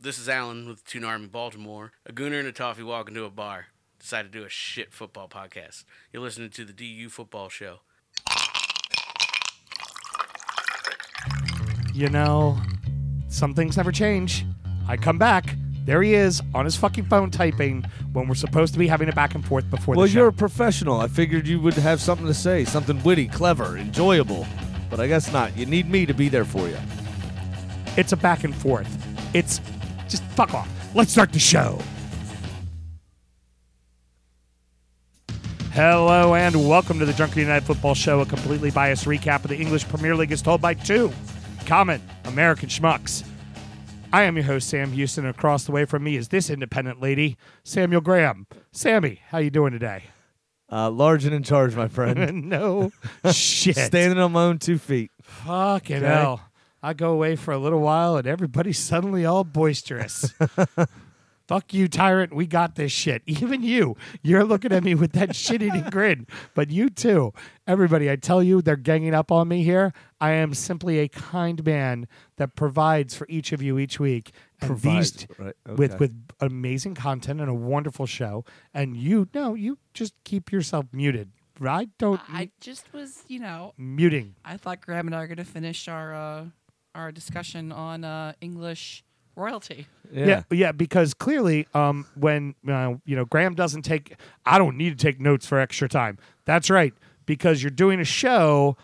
This is Alan with Toon Army Baltimore. A gooner and a toffee walk into a bar. Decided to do a shit football podcast. You're listening to the DU Football Show. You know, some things never change. I come back. There he is on his fucking phone typing when we're supposed to be having a back and forth before Well, the show. you're a professional. I figured you would have something to say, something witty, clever, enjoyable. But I guess not. You need me to be there for you. It's a back and forth. It's just fuck off. Let's start the show. Hello and welcome to the Drunken United Football Show, a completely biased recap of the English Premier League as told by two common American schmucks. I am your host Sam Houston, and across the way from me is this independent lady, Samuel Graham. Sammy, how you doing today? Uh, large and in charge, my friend. no shit. Standing on my own two feet. Fucking Okay. hell. I go away for a little while and everybody's suddenly all boisterous. Fuck you, tyrant. We got this shit. Even you. You're looking at me with that shit eating grin. But you too. Everybody, I tell you, they're ganging up on me here. I am simply a kind man that provides for each of you each week. And Provides, these, right, with, okay. with amazing content and a wonderful show. And you, no, you just keep yourself muted. I don't Mm-hmm. I just was, you know, muting. I thought Graham and I were going to finish our uh, our discussion on uh, English royalty. Yeah. yeah, because clearly, um, when uh, you know Graham doesn't take, I don't need to take notes for extra time. That's right, because you're doing a show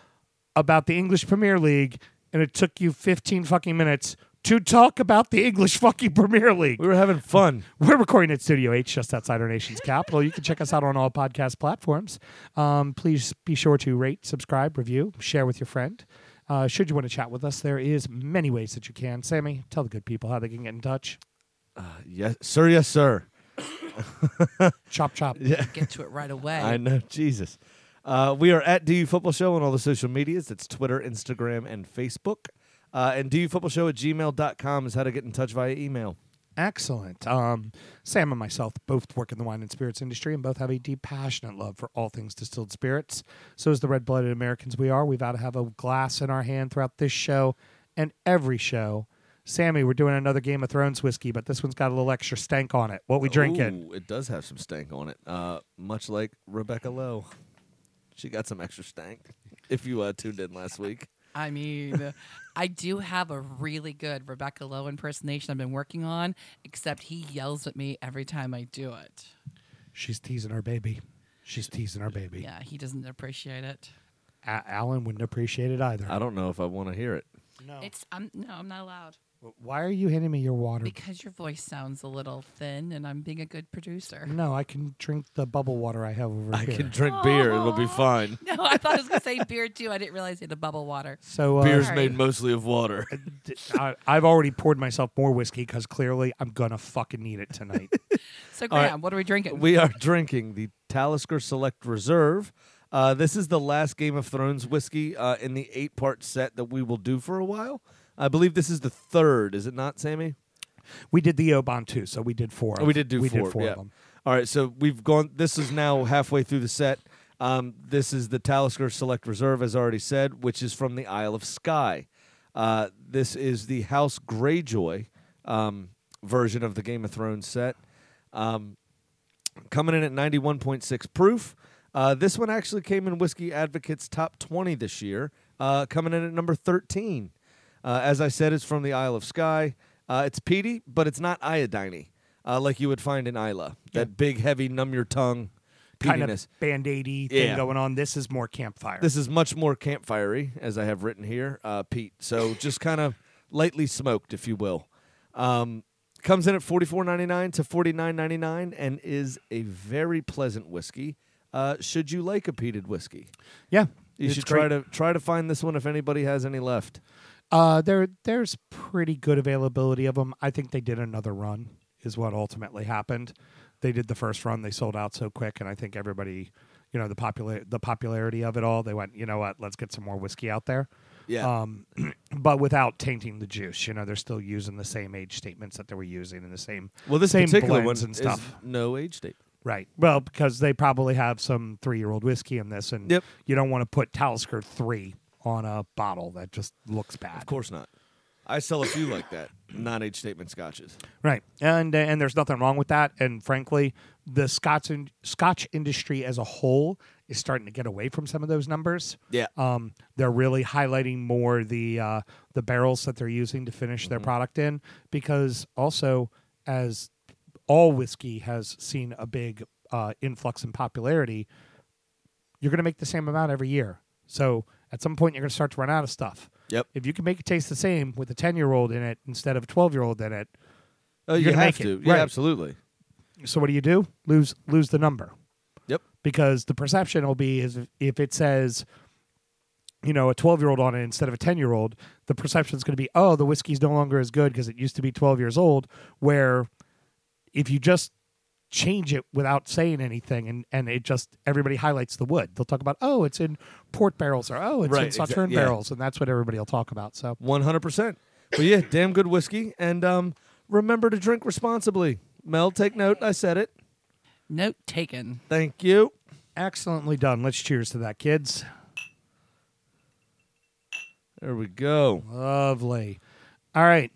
about the English Premier League, and it took you 15 fucking minutes to talk about the English fucking Premier League. We were having fun. We're recording at Studio H, just outside our nation's capital. You can check us out on all podcast platforms. Um, please be sure to rate, subscribe, review, share with your friend. Uh, should you want to chat with us, there is many ways that you can. Sammy, tell the good people how they can get in touch. Yes, sir. Yes, sir. Chop chop. Get to it right away. I know. Jesus. Uh, we are at DU Football Show on all the social medias. That's Twitter, Instagram, and Facebook. Uh, and DU Football Show at gmail.com is how to get in touch via email. Excellent. Um, Sam and myself both work in the wine and spirits industry and both have a deep, passionate love for all things distilled spirits. So, as the red blooded Americans we are, we've got to have a glass in our hand throughout this show and every show. Sammy, we're doing another Game of Thrones whiskey, but this one's got a little extra stank on it. What we drinking? Ooh, it does have some stank on it, uh, much like Rebecca Lowe. She got some extra stank. If you uh, tuned in last week, I mean, I do have a really good Rebecca Lowe impersonation I've been working on, except he yells at me every time I do it. She's teasing her baby. She's teasing her baby. Yeah, he doesn't appreciate it. A- Alan wouldn't appreciate it either. I don't know if I want to hear it. No. It's I'm no, I'm not allowed Why are you handing me your water? because your voice sounds a little thin, and I'm being a good producer. Mm. no, I can drink the bubble water I have over I here. can drink beer; it'll be fine. No, I thought I was gonna say beer too. I didn't realize he had a bubble water. so uh, Beer's Sorry. made mostly of water. D- I, I've already poured myself more whiskey because clearly I'm gonna fucking need it tonight. So All right. Graham, what are we drinking? we are drinking the Talisker Select Reserve. Uh, this is the last Game of Thrones whiskey uh, in the eight-part set that we will do for a while. I believe this is the third, is it not, Sammy? we did the Oban too, so we did four. Oh, Of, we did do we four. did four yeah. of them. All right, so we've gone. This is now halfway through the set. Um, this is the Talisker Select Reserve, as already said, which is from the Isle of Skye. Uh, this is the House Greyjoy um, version of the Game of Thrones set, um, coming in at ninety-one point six proof. Uh, this one actually came in Whiskey Advocate's top twenty this year, uh, coming in at number thirteen. Uh, as I said, it's from the Isle of Skye. Uh, it's peaty, but it's not iodiney, uh, like you would find in Isla. That big, heavy, numb your tongue Kind peatiness. of band aidy thing Yeah. going on. This is more campfire. This is much more campfirey, as I have written here, uh, Pete. So just kind of lightly smoked, if you will. Um, comes in at forty four ninety nine to forty nine ninety nine, and is a very pleasant whiskey. Uh, should you like a peated whiskey, yeah, you it's should great. try to try to find this one if anybody has any left. Uh, there, there's pretty good availability of them. I think they did another run, is what ultimately happened. They did the first run, they sold out so quick, and I think everybody, you know, the popular the popularity of it all, they went, you know what, let's get some more whiskey out there. Yeah. Um, but without tainting the juice, you know, they're still using the same age statements that they were using and the same Well, this same particular one blends and is stuff. no age date. Right. Well, because they probably have some three year old whiskey in this, and Yep. you don't want to put Talisker three on a bottle that just looks bad. Of course not. I sell a few like that, non-age statement scotches. Right, and and there's nothing wrong with that. And frankly, the Scots in, Scotch industry as a whole is starting to get away from some of those numbers. Yeah. um, they're really highlighting more the uh, the barrels that they're using to finish their product in, because also as all whiskey has seen a big uh, influx in popularity, you're going to make the same amount every year. So at some point, you're going to start to run out of stuff. Yep. If you can make it taste the same with a ten year old in it instead of a twelve year old in it, Oh, You're you gonna have make to. it, Yeah, right. absolutely. so what do you do? Lose lose the number. Yep. because the perception will be is if- if it says you know a 12 year old on it instead of a 10 year old the perception is going to be oh the whiskey's no longer as good because it used to be 12 years old where if you just change it without saying anything and, and it just everybody highlights the wood they'll talk about oh it's in port barrels or oh it's in Right, exa- sauterne yeah. barrels and that's what everybody will talk about so One hundred percent. But yeah, damn good whiskey. And um, remember to drink responsibly. Mel, take note. I said it. Note taken. Thank you. excellently done let's cheers to that kids There we go. Lovely. All right,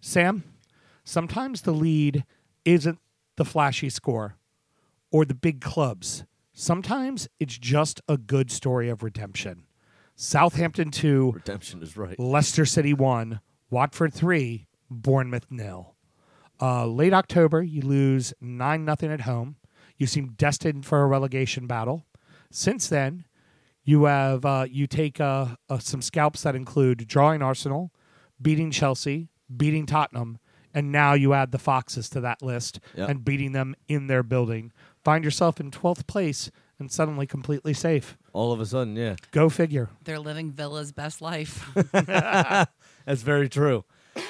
Sam. Sometimes the lead isn't the flashy score or the big clubs. Sometimes it's just a good story of redemption. Southampton 2, Redemption is right. Leicester City 1, Watford 3, Bournemouth nil. Uh, late October, you lose 9 nothing at home. You seem destined for a relegation battle. Since then, you have uh, you take uh, uh, some scalps that include drawing Arsenal, beating Chelsea, beating Tottenham, and now you add the Foxes to that list Yeah. and beating them in their building. Find yourself in 12th place and suddenly completely safe. All of a sudden, yeah. Go figure. They're living Villa's best life. That's very true.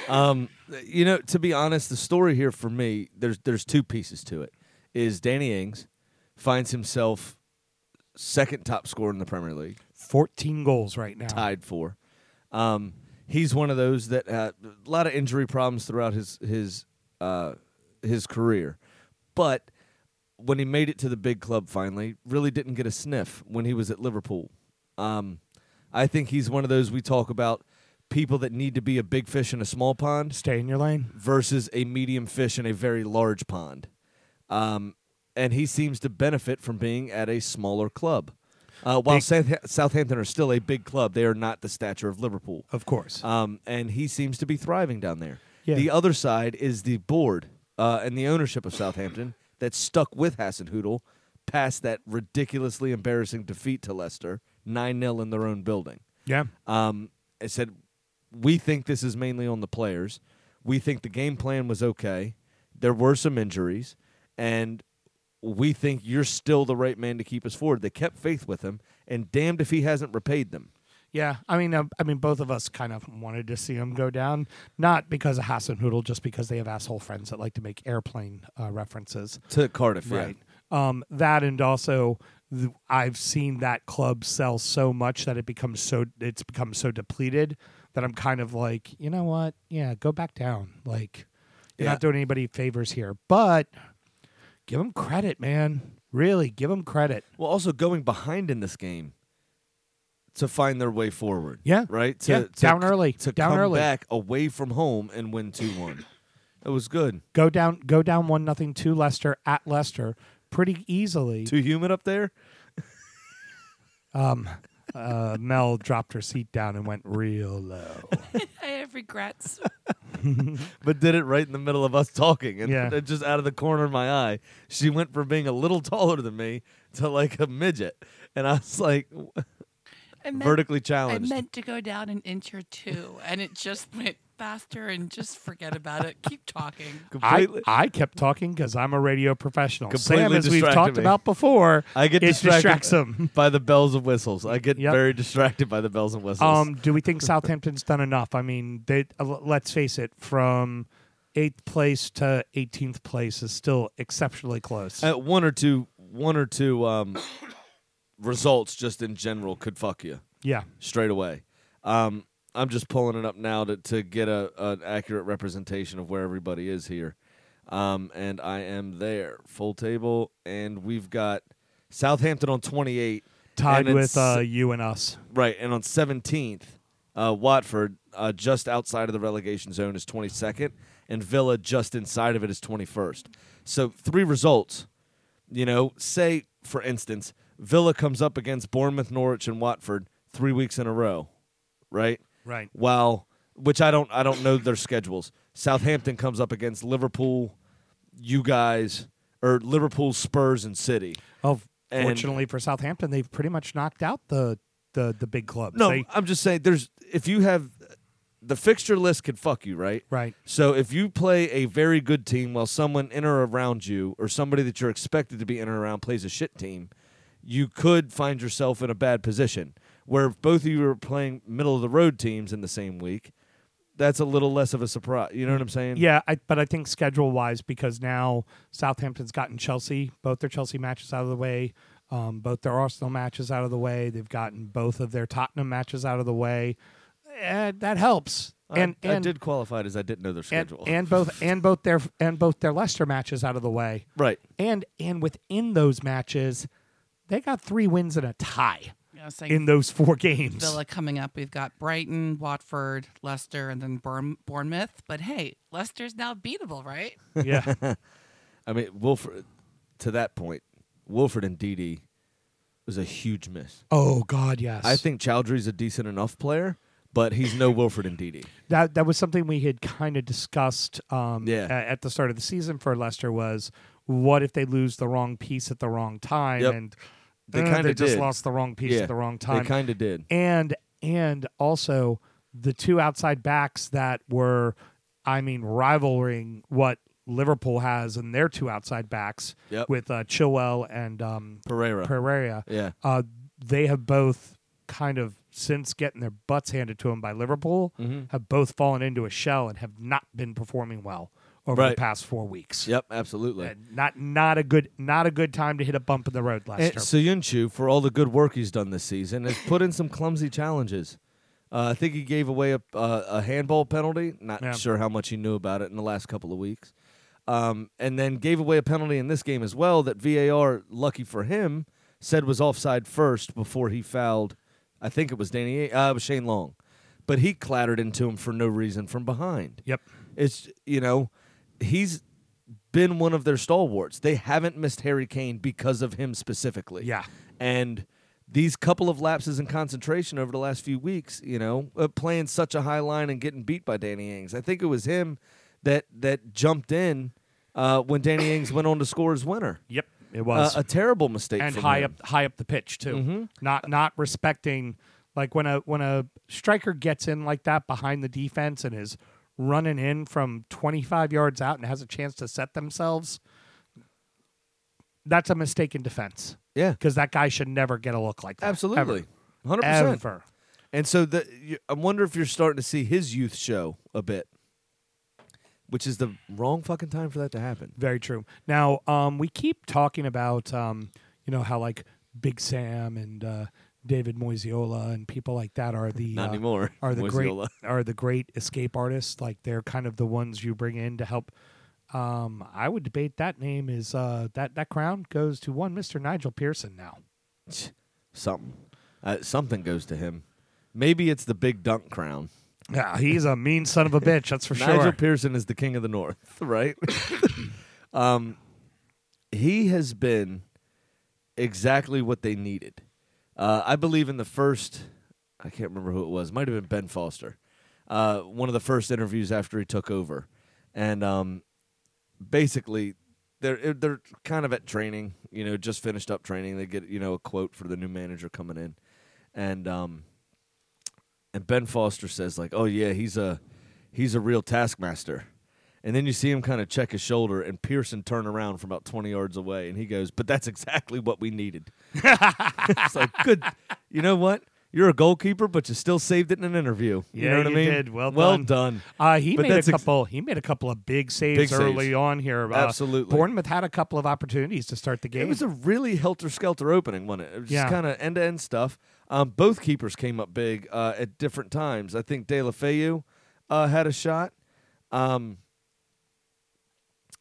Um, you know, to be honest, the story here for me, there's there's two pieces to it. Is Danny Ings finds himself second top scorer in the Premier League, 14 goals right now. tied for. Um, he's one of those that uh, a lot of injury problems throughout his his uh, his career, but when he made it to the big club finally, really didn't get a sniff when he was at Liverpool. Um, I think he's one of those we talk about people that need to be a big fish in a small pond Stay in your lane. versus a medium fish in a very large pond. Um, and he seems to benefit from being at a smaller club. Uh, while South- Southampton are still a big club, they are not the stature of Liverpool. Of course. Um, and he seems to be thriving down there. Yeah. The other side is the board uh, and the ownership of Southampton that stuck with Hassan Hoodle past that ridiculously embarrassing defeat to Leicester, 9 0 in their own building yeah. um, it said, "We think this is mainly on the players. We think the game plan was okay. There were some injuries, and we think you're still the right man to keep us forward." They kept faith with him, and damned if he hasn't repaid them. Yeah, I mean, uh, I mean, both of us kind of wanted to see him go down, not because of Hassan Hoodle, just because they have asshole friends that like to make airplane uh, references. To Cardiff, yeah. Right. Um, that and also, th- I've seen that club sell so much that it becomes so it's become so depleted that I'm kind of like, you know what? Yeah, go back down. Like, you're Yeah. not doing anybody favors here, but give them credit, man. Really, give them credit. Well, also going behind in this game to find their way forward. Yeah. right. To, Yeah, to- down early, to down come early. back away from home and win two one. That was good. Go down, go down one nothing to Leicester at Leicester pretty easily. Too humid up there. uh, Mel dropped her seat down and went real low. I have regrets. but did it right in the middle of us talking and Yeah. just out of the corner of my eye she went from being a little taller than me to like a midget and i was like I meant, vertically I challenged meant to go down an inch or two, and it just went faster. And just forget about it. Keep talking. I, completely I kept talking because I'm a radio professional. Sam, Completely as we've distracted talked me. about before, I get it distracted distracts them. by the bells and whistles i get Yep. very distracted by the bells and whistles Um, do we think Southampton's done enough? I mean, they, uh, l- let's face it, from eighth place to 18th place is still exceptionally close. Uh, one or two one or two um, results just in general could fuck you yeah. straight away. Um, I'm just pulling it up now to, to get a an accurate representation of where everybody is here. Um, and I am there, full table, and we've got Southampton on 28, Tied and with it's- uh, you and us. right, and on 17th, uh, Watford. uh, just outside of the relegation zone is 22nd, and Villa just inside of it is 21st. So three results. You know, say for instance, Villa comes up against Bournemouth, Norwich, and Watford three weeks in a row, right? Right. While which I don't I don't know their schedules. Southampton comes up against Liverpool, you guys, or Liverpool, Spurs, and City. Oh, And- fortunately for Southampton, they've pretty much knocked out the the the big clubs. No, They- I'm just saying there's if you have the fixture list could fuck you, right? Right. So if you play a very good team while someone in or around you or somebody that you're expected to be in or around plays a shit team, you could find yourself in a bad position. Where if both of you are playing middle of the road teams in the same week, that's a little less of a surprise. You know what I'm saying? yeah, I, but I think schedule wise, because now Southampton's gotten Chelsea, both their Chelsea matches out of the way, um, both their Arsenal matches out of the way. They've gotten both of their Tottenham matches out of the way. Eh, that helps. I, and I and did qualify it as I didn't know their and, schedule. and both and both their and both their Leicester matches out of the way. right. And and within those matches, they got three wins and a tie You know, saying in those four games. Villa coming up, we've got Brighton, Watford, Leicester, and then Bourne- Bournemouth. But hey, Leicester's now beatable, right? Yeah. I mean, Wilfred. To that point, Wilfred and Didi was a huge miss. Oh God, yes. I think Chowdhury's a decent enough player, but he's no Wilfred and Didi. that that was something we had kind of discussed um, Yeah. a- at the start of the season for Leicester was what if they lose the wrong piece at the wrong time Yep. and They uh, kinda just did. lost the wrong piece at the wrong time They kind of did. and and also the two outside backs that were I mean rivaling what Liverpool has in their two outside backs Yep. with uh, Chilwell and um, Pereira. Pereira yeah. uh, they have both kind of since getting their butts handed to them by Liverpool Mm-hmm. have both fallen into a shell and have not been performing well over the Right. past four weeks. Yep. Absolutely. And not not a good not a good time to hit a bump in the road, And Lester. Soyuncu, for all the good work he's done this season, has put in some clumsy challenges. Uh, I think he gave away a, uh, a handball penalty. Not Yeah. sure how much he knew about it in the last couple of weeks. Um, and then gave away a penalty in this game as well that VAR, lucky for him, said was offside first before he fouled. I think it was Danny. Uh, it was Shane Long, but he clattered into him for no reason from behind. yep. It's you know, he's been one of their stalwarts. They haven't missed Harry Kane because of him specifically. Yeah. And these couple of lapses in concentration over the last few weeks, you know, uh, playing such a high line and getting beat by Danny Ings. I think it was him that that jumped in uh, when Danny Ings went on to score his winner. Yep. It Uh, was a terrible mistake and from high him. Mm-hmm. up high up the pitch too. Not not respecting like when a when a striker gets in like that behind the defense and is running in from 25 yards out and has a chance to set themselves that's a mistake in defense Yeah, because that guy should never get a look like that. absolutely, hundred Ever. percent. Ever. And so the you- I wonder if you're starting to see his youth show a bit, which is the wrong fucking time for that to happen. Very true. Now, um, we keep talking about, um, you know, how like Big Sam and uh, David Moisiola and people like that are the Not uh, anymore. Are the Moisiola. great are the great escape artists? Like they're kind of the ones you bring in to help. Um, I would debate that name is uh, that that crown goes to one Mister Nigel Pearson now. Something, uh, something goes to him. Maybe it's the big dunk crown. Yeah, he's a mean son of a bitch. That's for Nigel sure. Pearson is the king of the North, right? um, he has been exactly what they needed. Uh, I believe in the first, I can't remember who it was, might have been Ben Foster, uh, one of the first interviews after he took over. And um, basically, they're, they're kind of at training, you know, just finished up training. They get, you know, a quote for the new manager coming in. And, um, and Ben Foster says like, "Oh yeah, he's a he's a real taskmaster." And then you see him kind of check his shoulder and Pearson turn around from about 20 yards away and he goes, "But that's exactly what we needed." it's like, "Good. You know what? You're a goalkeeper, but you still saved it in an interview." You Yeah, know what you I mean? did. Well well done. done. Uh, he But made a that's ex- couple. he made a couple of big saves Big saves. early on here. Uh, Absolutely. Bournemouth had a couple of opportunities to start the game. It was a really helter skelter opening, wasn't it? It was Yeah. just kind of end to end stuff. Um, both keepers came up big uh, at different times. I think De La Feu uh, had a shot. Um,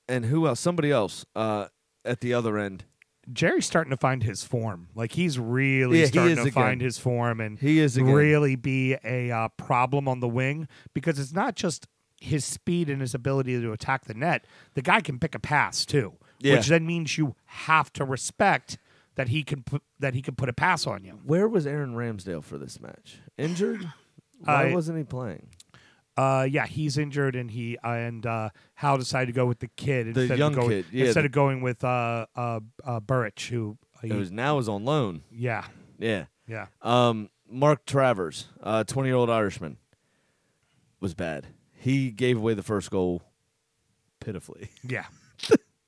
and who else? Somebody else uh, at the other end. Jerry's starting to find his form. Like he's really Yeah, he starting is to again. find his form and He is again. really be a uh, problem on the wing because it's not just his speed and his ability to attack the net. The guy can pick a pass too, Yeah. which then means you have to respect that he can put, that he can put a pass on you. Where was Aaron Ramsdale for this match? Injured? Why I- wasn't he playing? Uh, yeah, he's injured, and he uh, and uh, Hal decided to go with the kid instead young of going, kid, yeah, instead the- of going with uh, uh, uh, Burrich, who uh, It was now is on loan. yeah, Yeah. yeah. Um, Mark Travers, twenty year old Irishman, was bad. He gave away the first goal pitifully. Yeah,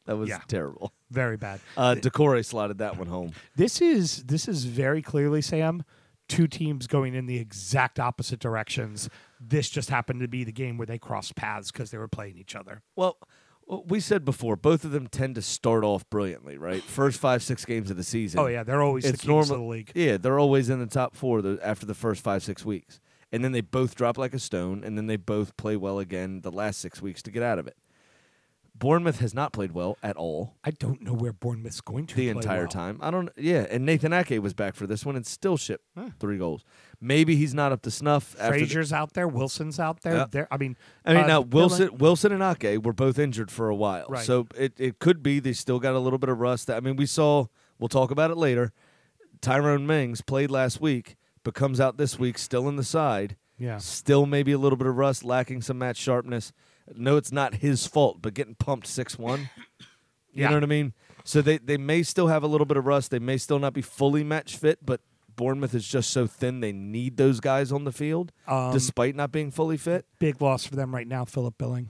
That was Yeah. terrible. very bad. Uh, Decore slotted that one home. This is this is very clearly Sam, two teams going in the exact opposite directions. This just happened to be the game where they crossed paths because they were playing each other. Well, w- we said before both of them tend to start off brilliantly, right? First five six games of the season. Oh yeah, they're always the it's kings normal. of the league. Yeah, they're always in the top four the, after the first five six weeks, and then they both drop like a stone, and then they both play well again the last six weeks to get out of it. Bournemouth has not played well at all. I don't know where Bournemouth's going to the play entire well. time. I don't. Yeah, and Nathan Ake was back for this one and still shipped three goals. Maybe he's not up to snuff. After the, Frazier's out there, Wilson's out there. Yeah. There, I mean, I mean, uh, now Dylan- Wilson, Wilson and Ake were both injured for a while, Right. so it, it could be they still got a little bit of rust. I mean, we saw. We'll talk about it later. Tyrone Mings played last week, but comes out this week still in the side. Yeah. still maybe a little bit of rust, lacking some match sharpness. No, it's not his fault, but getting pumped six one. You Yeah. know what I mean? So they, they may still have a little bit of rust. They may still not be fully match fit, but Bournemouth is just so thin they need those guys on the field Um, despite not being fully fit. big loss for them right now, Philip Billing.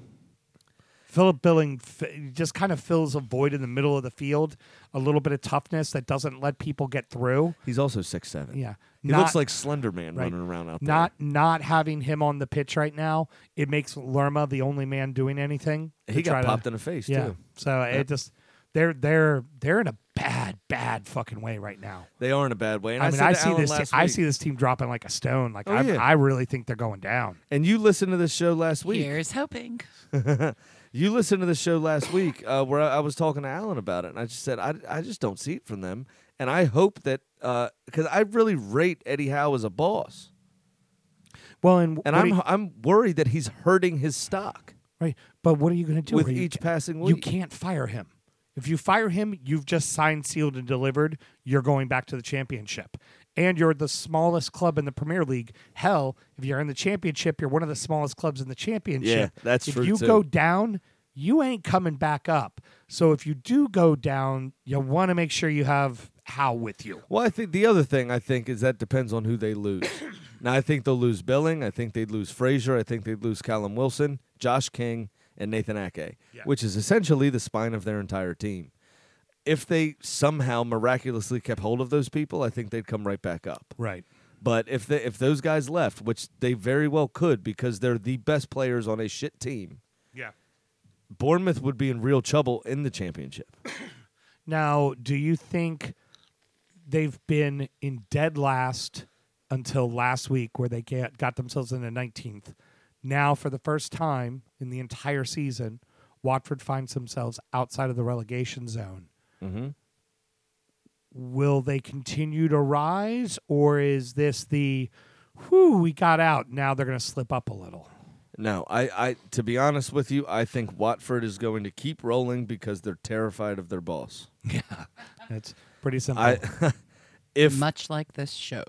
Philip Billing f- just kind of fills a void in the middle of the field, a little bit of toughness that doesn't let people get through. He's also six seven. Yeah. He looks like Slender Man right. running around out there. not not having him on the pitch right now. It makes Lerma the only man doing anything. to he try got to- popped in the face yeah. too. So it just they're they're they're in a bad bad fucking way right now. They are in a bad way. And I mean, said I to see Alan this. Te- last I week- see this team dropping like a stone. Like Oh, I, yeah. I really think they're going down. And you listened to this show last week. Here's hoping. You listened to the show last week uh, where I, I was talking to Alan about it, and I just said I, I just don't see it from them, and I hope that because I really rate Eddie Howe as a boss, Well, and and what I'm do you- I'm worried that he's hurting his stock right. But what are you going to do with Are you- each passing You week. can't fire him. If you fire him, you've just signed, sealed, and delivered. You're going back to the championship. And you're the smallest club in the Premier League. Hell, if you're in the championship, you're one of the smallest clubs in the championship. Yeah, that's if true, you too. go down, you ain't coming back up. So if you do go down, you want to make sure you have how with you. well, I think the other thing I think is that depends on who they lose. now I think they'll lose Billing, I think they'd lose Frazier, I think they'd lose Callum Wilson, Josh King, and Nathan Ake, Yeah. which is essentially the spine of their entire team. If they somehow miraculously kept hold of those people, I think they'd come right back up. Right. But if the, if those guys left, which they very well could because they're the best players on a shit team, Yeah. Bournemouth would be in real trouble in the championship. Now, do you think they've been in dead last until last week where they get, got themselves in the 19th? Now, for the first time in the entire season, Watford finds themselves outside of the relegation zone. Mm-hmm. Will they continue to rise, or is this the, whew, we got out, now they're going to slip up a little? No, I, I to be honest with you, I think Watford is going to keep rolling because they're terrified of their boss. That's pretty simple. I if Much like this show.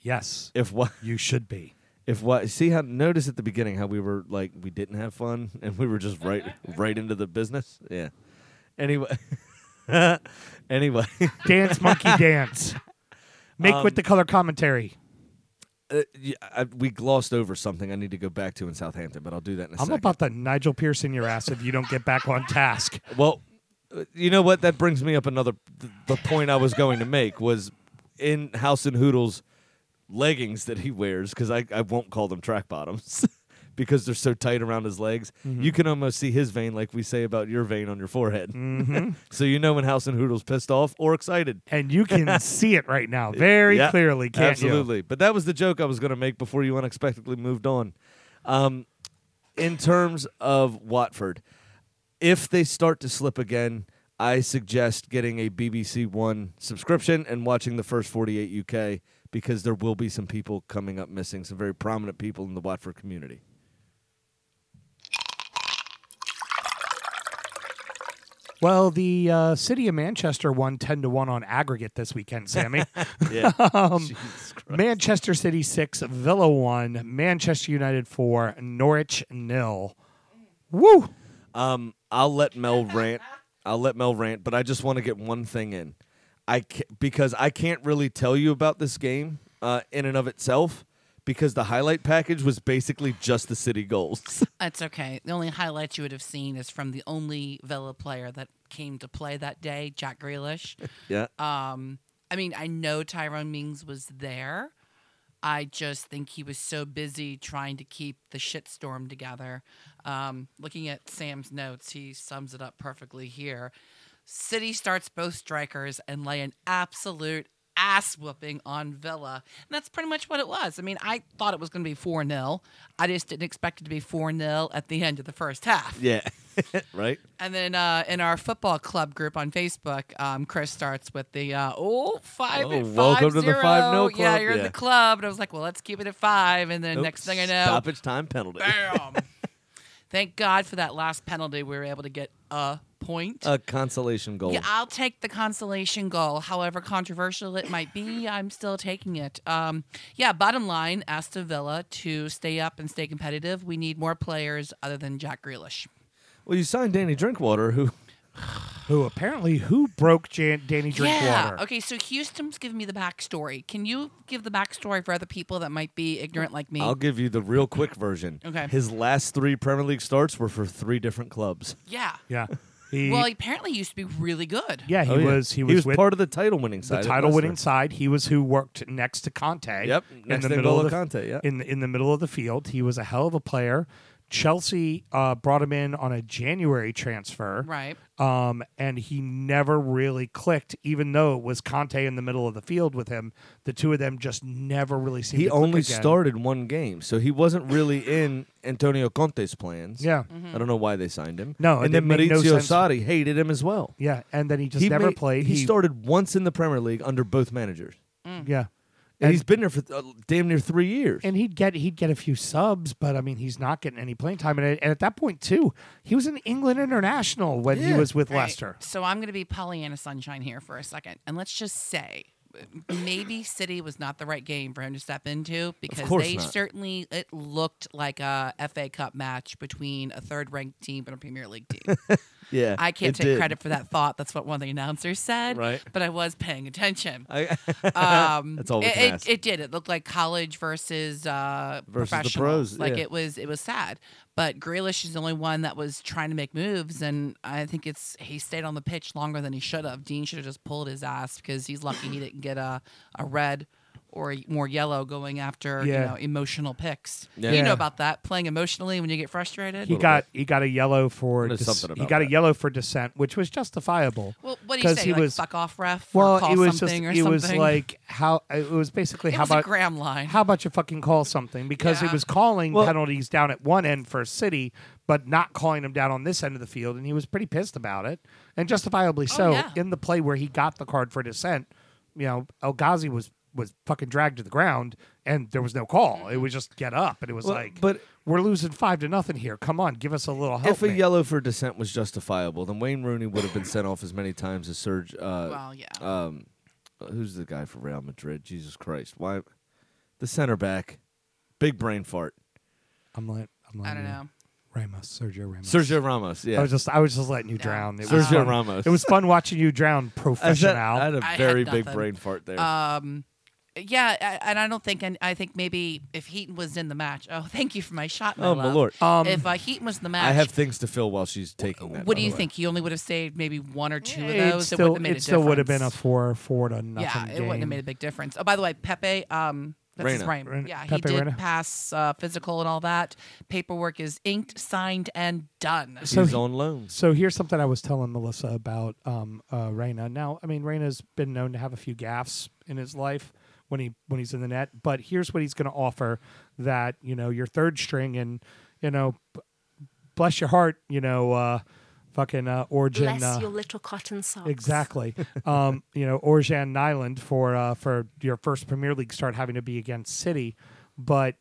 yes, if what you should be. if what see how notice at the beginning how we were like we didn't have fun and we were just right right into the business. Yeah. Anyway. anyway. Dance, monkey, dance. Make with Um, the color commentary. Uh, yeah, I, we glossed over something I need to go back to in Southampton, but I'll do that in a I'm second. about to Nigel Pearson your ass if you don't get back on task. well, uh, you know what? That brings me up another. Th- the point I was going to make was in House and Hoodles leggings that he wears because I, I won't call them track bottoms because they're so tight around his legs. You can almost see his vein, like we say about your vein on your forehead. so you know when House and Hoodles pissed off or excited. And you can see it right now very Yeah, clearly, can't absolutely. But that was the joke I was going to make before you unexpectedly moved on. Um, in terms of Watford, if they start to slip again, I suggest getting a BBC One subscription and watching the first 48 UK because there will be some people coming up missing, some very prominent people in the Watford community. Well, the uh, city of Manchester won 10 to 1 on aggregate this weekend, Sammy. Yeah. Um, Manchester City 6, Villa 1, Manchester United 4, Norwich nil. Woo! Um, I'll let Mel rant. I'll let Mel rant, but I just want to get one thing in. I ca because I can't really tell you about this game uh, in and of itself because the highlight package was basically just the city goals. That's okay. The only highlight you would have seen is from the only Villa player that came to play that day, Jack Grealish. yeah. Um, I mean, I know Tyrone Mings was there. I just think he was so busy trying to keep the shitstorm together. Um, looking at Sam's notes, he sums it up perfectly here. City starts both strikers and lay an absolute ass whooping on Villa. And that's pretty much what it was. I mean, I thought it was going to be 4 0. I just didn't expect it to be 4 0 at the end of the first half. Yeah. right. And then uh, in our football club group on Facebook, um, Chris starts with the uh, oh five Oh, and five welcome to the zero. five no Yeah, club. you're in Yeah. the club, and I was like, well, let's keep it at five. And then Nope. next thing I know, stoppage time penalty. bam! Thank God for that last penalty. We were able to get a point. A consolation goal. Yeah, I'll take the consolation goal, however controversial it might be. I'm still taking it. Um, yeah, bottom line, Aston Villa to stay up and stay competitive. We need more players other than Jack Grealish. Well, you signed Danny Drinkwater, who Who apparently who broke Jan- Danny Drinkwater? Yeah. Okay, so Houston's giving me the backstory. Can you give the backstory for other people that might be ignorant like me? I'll give you the real quick version. Okay. His last three Premier League starts were for three different clubs. yeah. Yeah. He, Well, he apparently used to be really good. yeah, he Oh, yeah. was he was, with part of the title winning side. the at title winning Leicester. side. He was who worked next to Conte. Yep, in next the to middle N'Golo of the, Kanté, yeah. in the, in the middle of the field. He was a hell of a player. Chelsea uh, brought him in on a January transfer, Right. Um, and he never really clicked, even though it was Conte in the middle of the field with him. The two of them just never really seemed. He to click only again. started one game, so he wasn't really in Antonio Conte's plans. Yeah. I don't know why they signed him. No, it and then didn't make no Maurizio sense. Sarri hated him as well. Yeah, and then he just never made- played. He, started once in the Premier League under both managers, yeah, and, And- he's been there for uh, damn near three years. and he'd get he'd get a few subs, but I mean he's not getting any playing time. And, at- and at that point too, he was an England international when he Yeah. was with Right. Leicester. So I'm going to be Pollyanna Sunshine here for a second. And let's just say maybe City was not the right game for him to step into because course they not. certainly, it looked like a FA Cup match between a third ranked team and a Premier League team. yeah, I can't it take did. credit for that thought. That's what one of the announcers said. Right. But I was paying attention. I, um, That's all we it, can it- ask. It, did. It looked like college versus uh, Versus the professionals. pros, Like yeah. it was. It was sad. But Grealish is the only one that was trying to make moves, and I think it's he stayed on the pitch longer than he should have. Dean should have just pulled his ass because he's lucky he didn't get a a red. Or more yellow going Yeah. after you know emotional picks. Yeah. You know about that playing emotionally when you get frustrated. He got he got a yellow for There's dis- something he about got a that. yellow for dissent, which was justifiable. well, what do you 'cause say? he like was- fuck off, ref. or Well, call it was just something it or was something? like how it was basically it how was a about gram line. how about you fucking call something because it Yeah. was calling Well- penalties down at one end for City, but not calling them down on this end of the field, and he was pretty pissed about it, and justifiably so. yeah. In the play where he got the card for dissent, you know, El Ghazi was was fucking dragged to the ground, and there was no call. It was just get up, and it was Well, like, but- we're losing five to nothing here. Come on, give us a little help. if a man." yellow for dissent was justifiable, then Wayne Rooney would have been sent off as many times as Serge. Uh, well, yeah. um, who's the guy for Real Madrid? Jesus Christ! Why the center back? Big brain fart. I'm like, I'm like, I don't know. Ramos, Sergio Ramos. Sergio Ramos. Yeah, I was just, I was just letting you Yeah. drown. It was Sergio fun. Ramos. It was fun watching you drown, I professional. said- I had Uh, a I had very big nothing. brain fart there. Um, yeah, I- and I don't think, and I think maybe if Heaton was in the match, oh, thank you for my shot, my oh my love. lord! um, if uh, Heaton was in the match, I have things to fill while she's taking that. what by do the you way. think? He only would have saved maybe one or two It of those. still, it would have made a still would have been a difference. four, four to nothing. yeah. It wouldn't have made a game. big difference. Oh, by the way, Pepe. Um, that's his Reina. name. Reina- Yeah, he Pepe did Reina. pass uh, physical and all that. Paperwork is inked, signed, and done. So He's he- on loans. So here's something I was telling Melissa about um, uh, Reyna. Now, I mean, Reyna's been known to have a few gaffes in his life when he when he's in the net. But here's what he's going to offer that you know your third string and you know, b- bless your heart, you know, uh, fucking uh, Origin. Bless Uh, your little cotton socks. exactly. um, you know, Origin Nyland for uh, for your first Premier League start having to be against City, but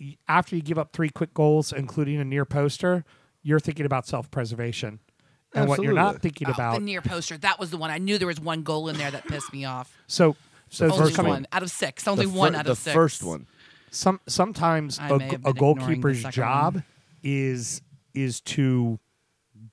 y- after you give up three quick goals, including a near poster, you're thinking about self preservation. And what you're not Absolutely. thinking Oh, about the near poster. That was the one. I knew there was one goal in there that pissed me off. so so Only first coming, one out of six. Only the one fir- out the of six. first one. some sometimes I a, may have a been ignoring the goalkeeper's second job one. is is to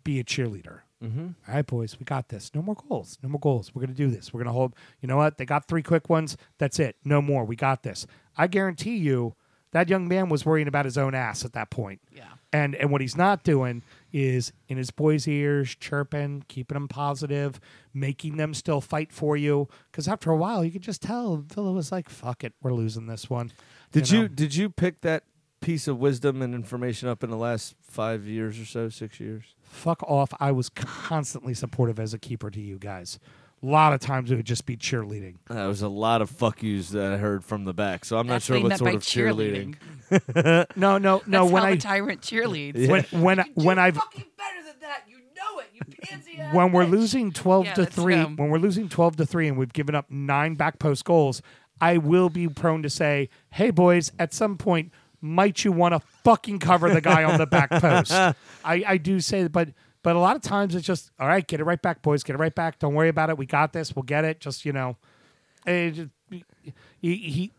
be a cheerleader. Mm-hmm. right, boys, we got this. No more goals. No more goals. We're gonna do this. We're gonna hold. You know what? They got three quick ones. That's it. No more. We got this. I guarantee you, that young man was worrying about his own ass at that point. Yeah. And and what he's not doing is in his boys' ears, chirping, keeping them positive, making them still fight for you. Because after a while, you could just tell Villa was like, "Fuck it, we're losing this one." Did you, know? did you pick that piece of wisdom and information up in the last five years or so, six years? fuck off. I was constantly supportive as a keeper to you guys. A lot of times it would just be cheerleading. That was a lot of fuck yous that I heard from the back, so I'm not That's sure what he what meant sort by of cheerleading. No, no, no. That's when how I the tyrant cheerleads. when when I- when I've fucking better than that. You know it. You pansy ass. when we're losing twelve Yeah, to that's three, him. Um, when we're losing twelve to three, and we've given up nine back post goals, I will be prone to say, "Hey, boys, at some point, might you want to fucking cover the guy on the back post?" I I do say that, but. But a lot of times it's just, all right, get it right back, boys. Get it right back. Don't worry about it. We got this. We'll get it. Just you know, it just- he, he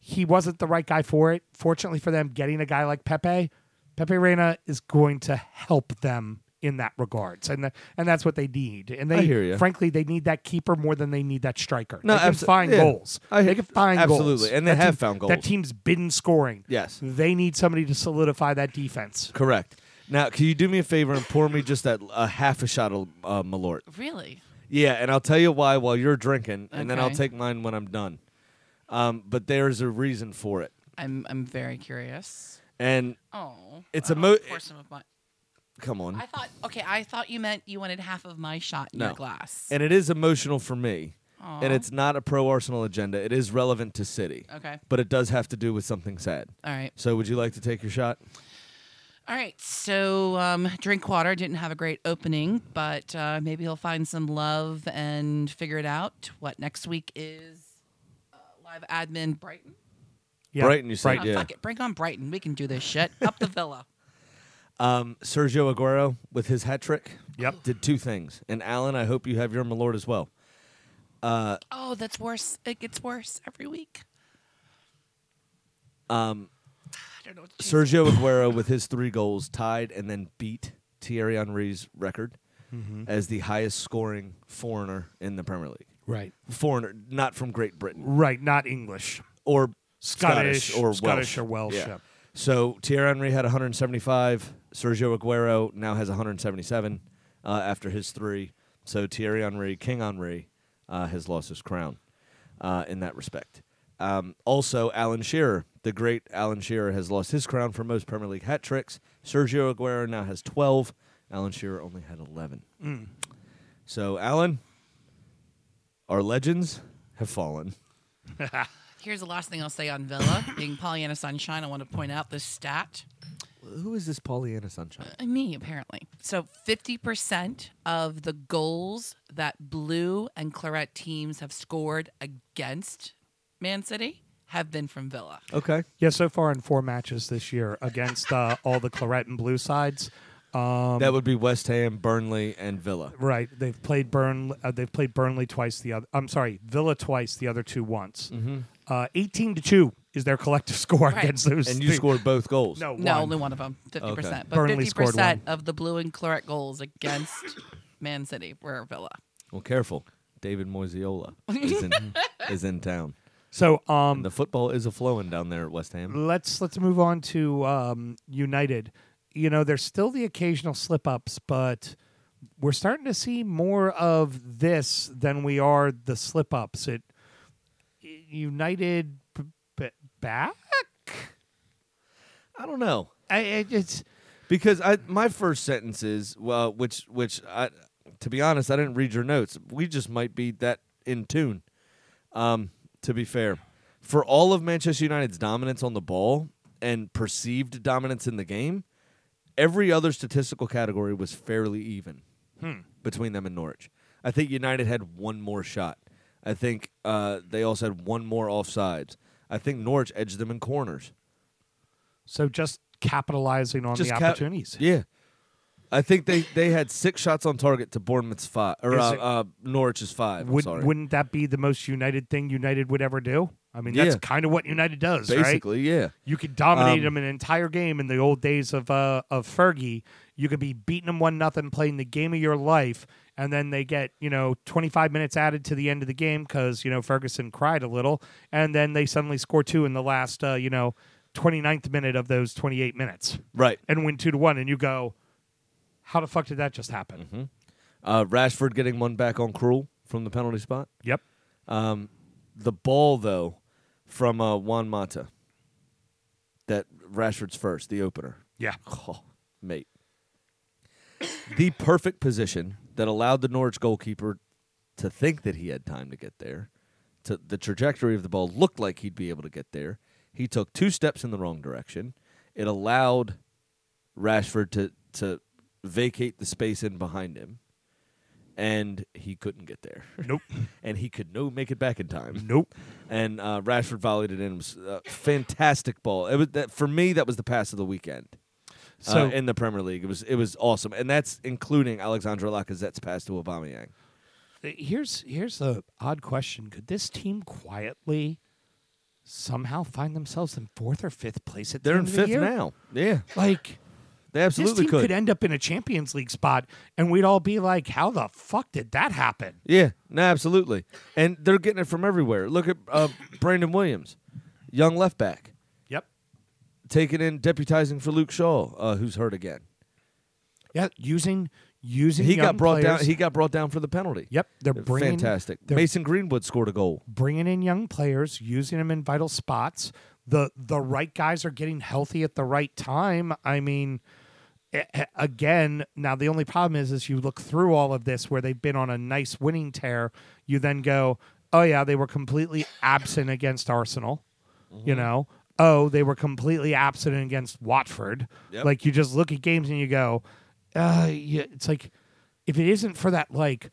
he wasn't the right guy for it. Fortunately for them, getting a guy like Pepe, Pepe Reina is going to help them in that regards, and tha- and that's what they need. And they, hear ya. frankly, they need that keeper more than they need that striker. No, they can abso- find yeah. goals. I- they can find goals. absolutely, and they That have team- found That goals. team's been scoring. Yes. they need somebody to solidify that defense. Correct. Now, can you do me a favor and pour me just that a half a shot of uh, Malort? really? Yeah, and I'll tell you why while you're drinking, and then I'll Okay. take mine when I'm done. Um, but there's a reason for it, I'm I'm very curious. and Oh, It's a well, mo- Of course, some of my. come on, I thought okay. I thought you meant you wanted half of my shot in No. your glass. and it is emotional for me, and Aw. it's not a pro Arsenal agenda. It is relevant to City, okay. but it does have to do with something sad. All right. So, would you like to take your shot? All right. So, um, Drinkwater didn't have a great opening, but uh, maybe he'll find some love and figure it out. What next week is uh, live admin Brighton? Yeah. Brighton, you said, Oh, yeah. Fuck it. Bring on Brighton. We can do this shit. Up the villa. Um, Sergio Aguero with his hat trick. Yep. did two things, and Alan, I hope you have your Malort as well. Oh, that's worse. It gets worse every week. Um, I don't know. What to choose. Sergio Aguero with his three goals tied and then beat Thierry Henry's record as the highest scoring foreigner in the Premier League. Right, Foreigner, not from Great Britain right. Not English, or Scottish, Scottish, or Scottish Welsh. or Welsh. Yeah. yeah. So Thierry Henry had 175. Sergio Aguero now has 177 uh, after his three. So Thierry Henry, King Henry, uh, has lost his crown uh, in that respect. Um, also, Alan Shearer, the great Alan Shearer, has lost his crown for most Premier League hat tricks. Sergio Aguero now has 12. Alan Shearer only had 11. Mm. So, Alan, our legends have fallen. Here's the last thing I'll say on Villa. Being Pollyanna Sunshine, I want to point out this stat. Who is this Pollyanna Sunshine? Uh, Me, apparently. So 50% of the goals that blue and claret teams have scored against Man City have been from Villa. Okay. Yeah, so far in four matches this year against uh, all the claret and blue sides, that would be West Ham, Burnley, and Villa. Right. They've played Burn. Uh, they've played Burnley twice. The other. I'm sorry, Villa twice. The other two once. Mm-hmm. Uh, Eighteen to two is their collective score Right. against those. And you three. scored both goals. No, No, one. only one of them, 50%. Okay. But Burnley scored 50% one. of the blue and claret goals against Man City were Villa. Well, careful. David Moisiola is in, is in town. So um, And the football is a flowing down there at West Ham. let's let's move on to um, United. You know, there's still the occasional slip ups, but we're starting to see more of this than we are the slip ups. It United b- b- back. I don't know I, I, it's because I my first sentence is well, which which I to be honest, I didn't read your notes. We just might be that in tune. Um, to be fair, for all of Manchester United's dominance on the ball and perceived dominance in the game, Every other statistical category was fairly even between them and Norwich. I think United had one more shot. I think uh, they also had one more offsides. I think Norwich edged them in corners. So just capitalizing on the cap- opportunities. Yeah. I think they, they had six shots on target to Bournemouth's five or Is uh, it- uh, Norwich's five. I'm Would, sorry. wouldn't that be the most United thing United would ever do? I mean, that's Yeah. kind of what United does, right? Basically, yeah. You could dominate Um, them an entire game in the old days of uh, of Fergie. You could be beating them one nothing, playing the game of your life, and then they get you know twenty five minutes added to the end of the game because you know Ferguson cried a little, and then they suddenly score two in the last uh, you know 29th minute of those twenty eight minutes Right. and win two to one, and you go, how the fuck did that just happen? Uh, Rashford getting one back on Cruel from the penalty spot. Yep. The ball, though, from uh, Juan Mata, that Rashford's first, the opener. Yeah. Oh, mate. the perfect position that allowed the Norwich goalkeeper to think that he had time to get there. To the trajectory of the ball looked like he'd be able to get there. He took two steps in the wrong direction. It allowed Rashford to to vacate the space in behind him, and he couldn't get there. Nope. and he could no make it back in time nope. and uh, Rashford volleyed it in. It was a fantastic ball. It was that, for me. That was the pass of the weekend. So So- Uh, in the Premier League, it was it was awesome, and that's including Alexandre Lacazette's pass to Aubameyang. Uh, Here's here's the odd question: Could this team quietly somehow find themselves in fourth or fifth place at the They're in end of the fifth year? now. Yeah, Like they absolutely this team could. end up in a Champions League spot, and we'd all be like, "How the fuck did that happen?" yeah, no, absolutely. And they're getting it from everywhere. Look at uh, Brandon Williams, young left back, Yep. taken in deputizing for Luke Shaw, uh, who's hurt again. Yeah, using using He got young brought down. players- He got brought down for the penalty. Yep, they're bringing fantastic. they're Mason Greenwood scored a goal. bringing in young players, using them in vital spots. The the right guys are getting healthy at the right time. I mean, a- a- again, now the only problem is is you look through all of this where they've been on a nice winning tear, you then go, "Oh yeah, they were completely absent against Arsenal." You know, "Oh, they were completely absent against Watford." Yep. Like you just look at games and you go, uh, yeah, it's like if it isn't for that like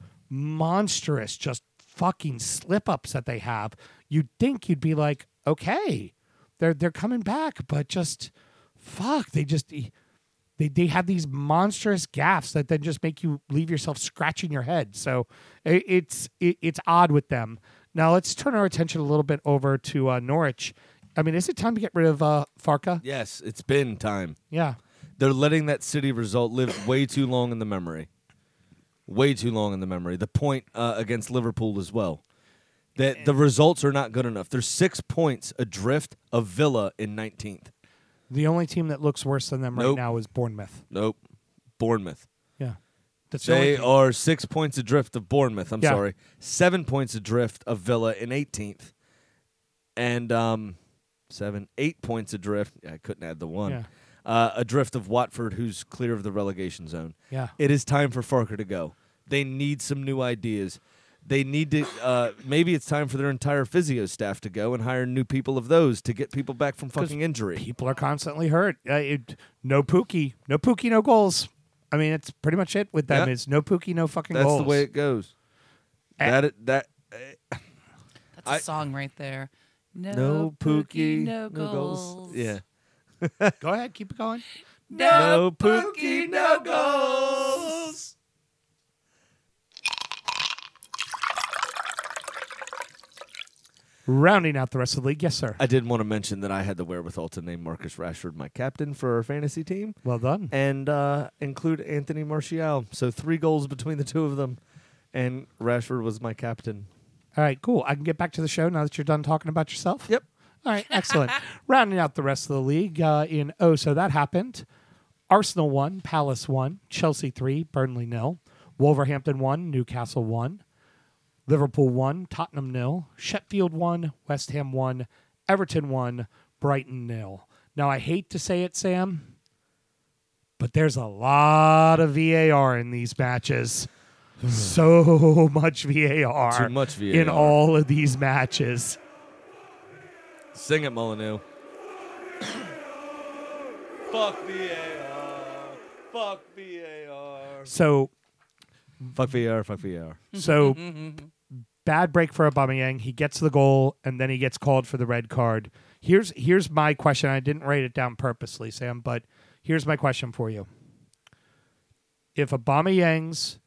monstrous just fucking slip ups that they have, you'd think you'd be like, okay, they're they're coming back, but just fuck, they just e, they they have these monstrous gaffes that then just make you leave yourself scratching your head. So i it's it, it's odd with them. Now let's turn our attention a little bit over to uh, Norwich. I mean, is it time to get rid of uh, Farka? Yes, it's been time. Yeah. They're letting that city result live way too long in the memory. Way too long in the memory. The point uh, against Liverpool as well. That the results are not good enough. They're six points adrift of Villa in 19th. The only team that looks worse than them right Nope. now is Bournemouth. Nope. Bournemouth. Yeah. That's the only They team- are six points adrift of Bournemouth. I'm Yeah. sorry. Seven points adrift of Villa in 18th. And um, seven, eight points adrift. I couldn't add the one. Yeah. Uh, adrift of Watford, who's clear of the relegation zone. Yeah. It is time for Farker to go. They need some new ideas. They need to, uh, maybe it's time for their entire physio staff to go and hire new people of those to get people back from fucking injury. people are constantly hurt. Uh, it, no Pookie, no Pookie, no goals. I mean, it's pretty much it with them. Yeah. Is no Pookie, no fucking That's goals. the way it goes. Eh. That, that, That's a I- song right there. No, no pookie, no goals. Yeah. Go ahead, keep it going. No, pookie, no goals. Rounding out the rest of the league, yes, sir. I did want to mention that I had the wherewithal to name Marcus Rashford my captain for our fantasy team well done. and uh, include Anthony Martial. So three goals between the two of them, and Rashford was my captain. All right, cool. I can get back to the show now that you're done talking about yourself. Yep. All right, excellent. Rounding out the rest of the league uh, in oh, so that happened. Arsenal one, Palace one, Chelsea three, Burnley nil, Wolverhampton one, Newcastle one, Liverpool one, Tottenham nil, Sheffield one, West Ham one, Everton one, Brighton nil. Now I hate to say it, Sam, but there's a lot of VAR in these matches. so much VAR. Hmm. Too much VAR. in all of these matches. Sing it, Molyneux. Fuck the AR. Fuck VAR. So Fuck VAR. Fuck VAR. So bad break for Aubameyang. He gets the goal and then he gets called for the red card. Here's here's my question. I didn't write it down purposely, Sam, but here's my question for you. If Aubameyang's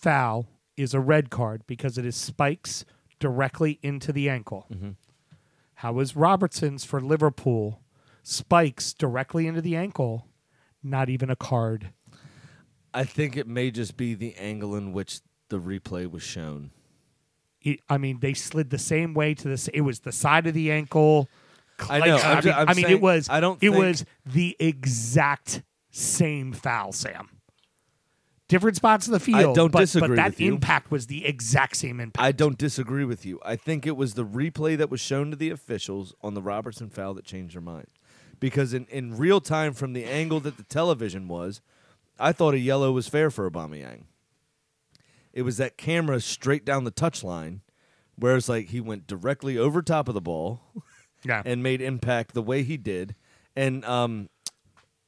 foul is a red card because it is spikes directly into the ankle, how is Robertson's for Liverpool spikes directly into the ankle not even a card? I think it may just be the angle in which the replay was shown. it, I mean, they slid the same way to this. It was the side of the ankle. I know. I'm I mean, ju- I'm I mean, saying- it was. I don't It think- was the exact same foul, Sam. Different spots of the field. don't but, disagree But that with you. impact was the exact same impact. I don't disagree with you. I think it was the replay that was shown to the officials on the Robertson foul that changed their mind. Because in, in real time, from the angle that the television was, I thought a yellow was fair for Aubameyang. It was that camera straight down the touchline, where it's like he went directly over top of the ball yeah. and made impact the way he did. And um,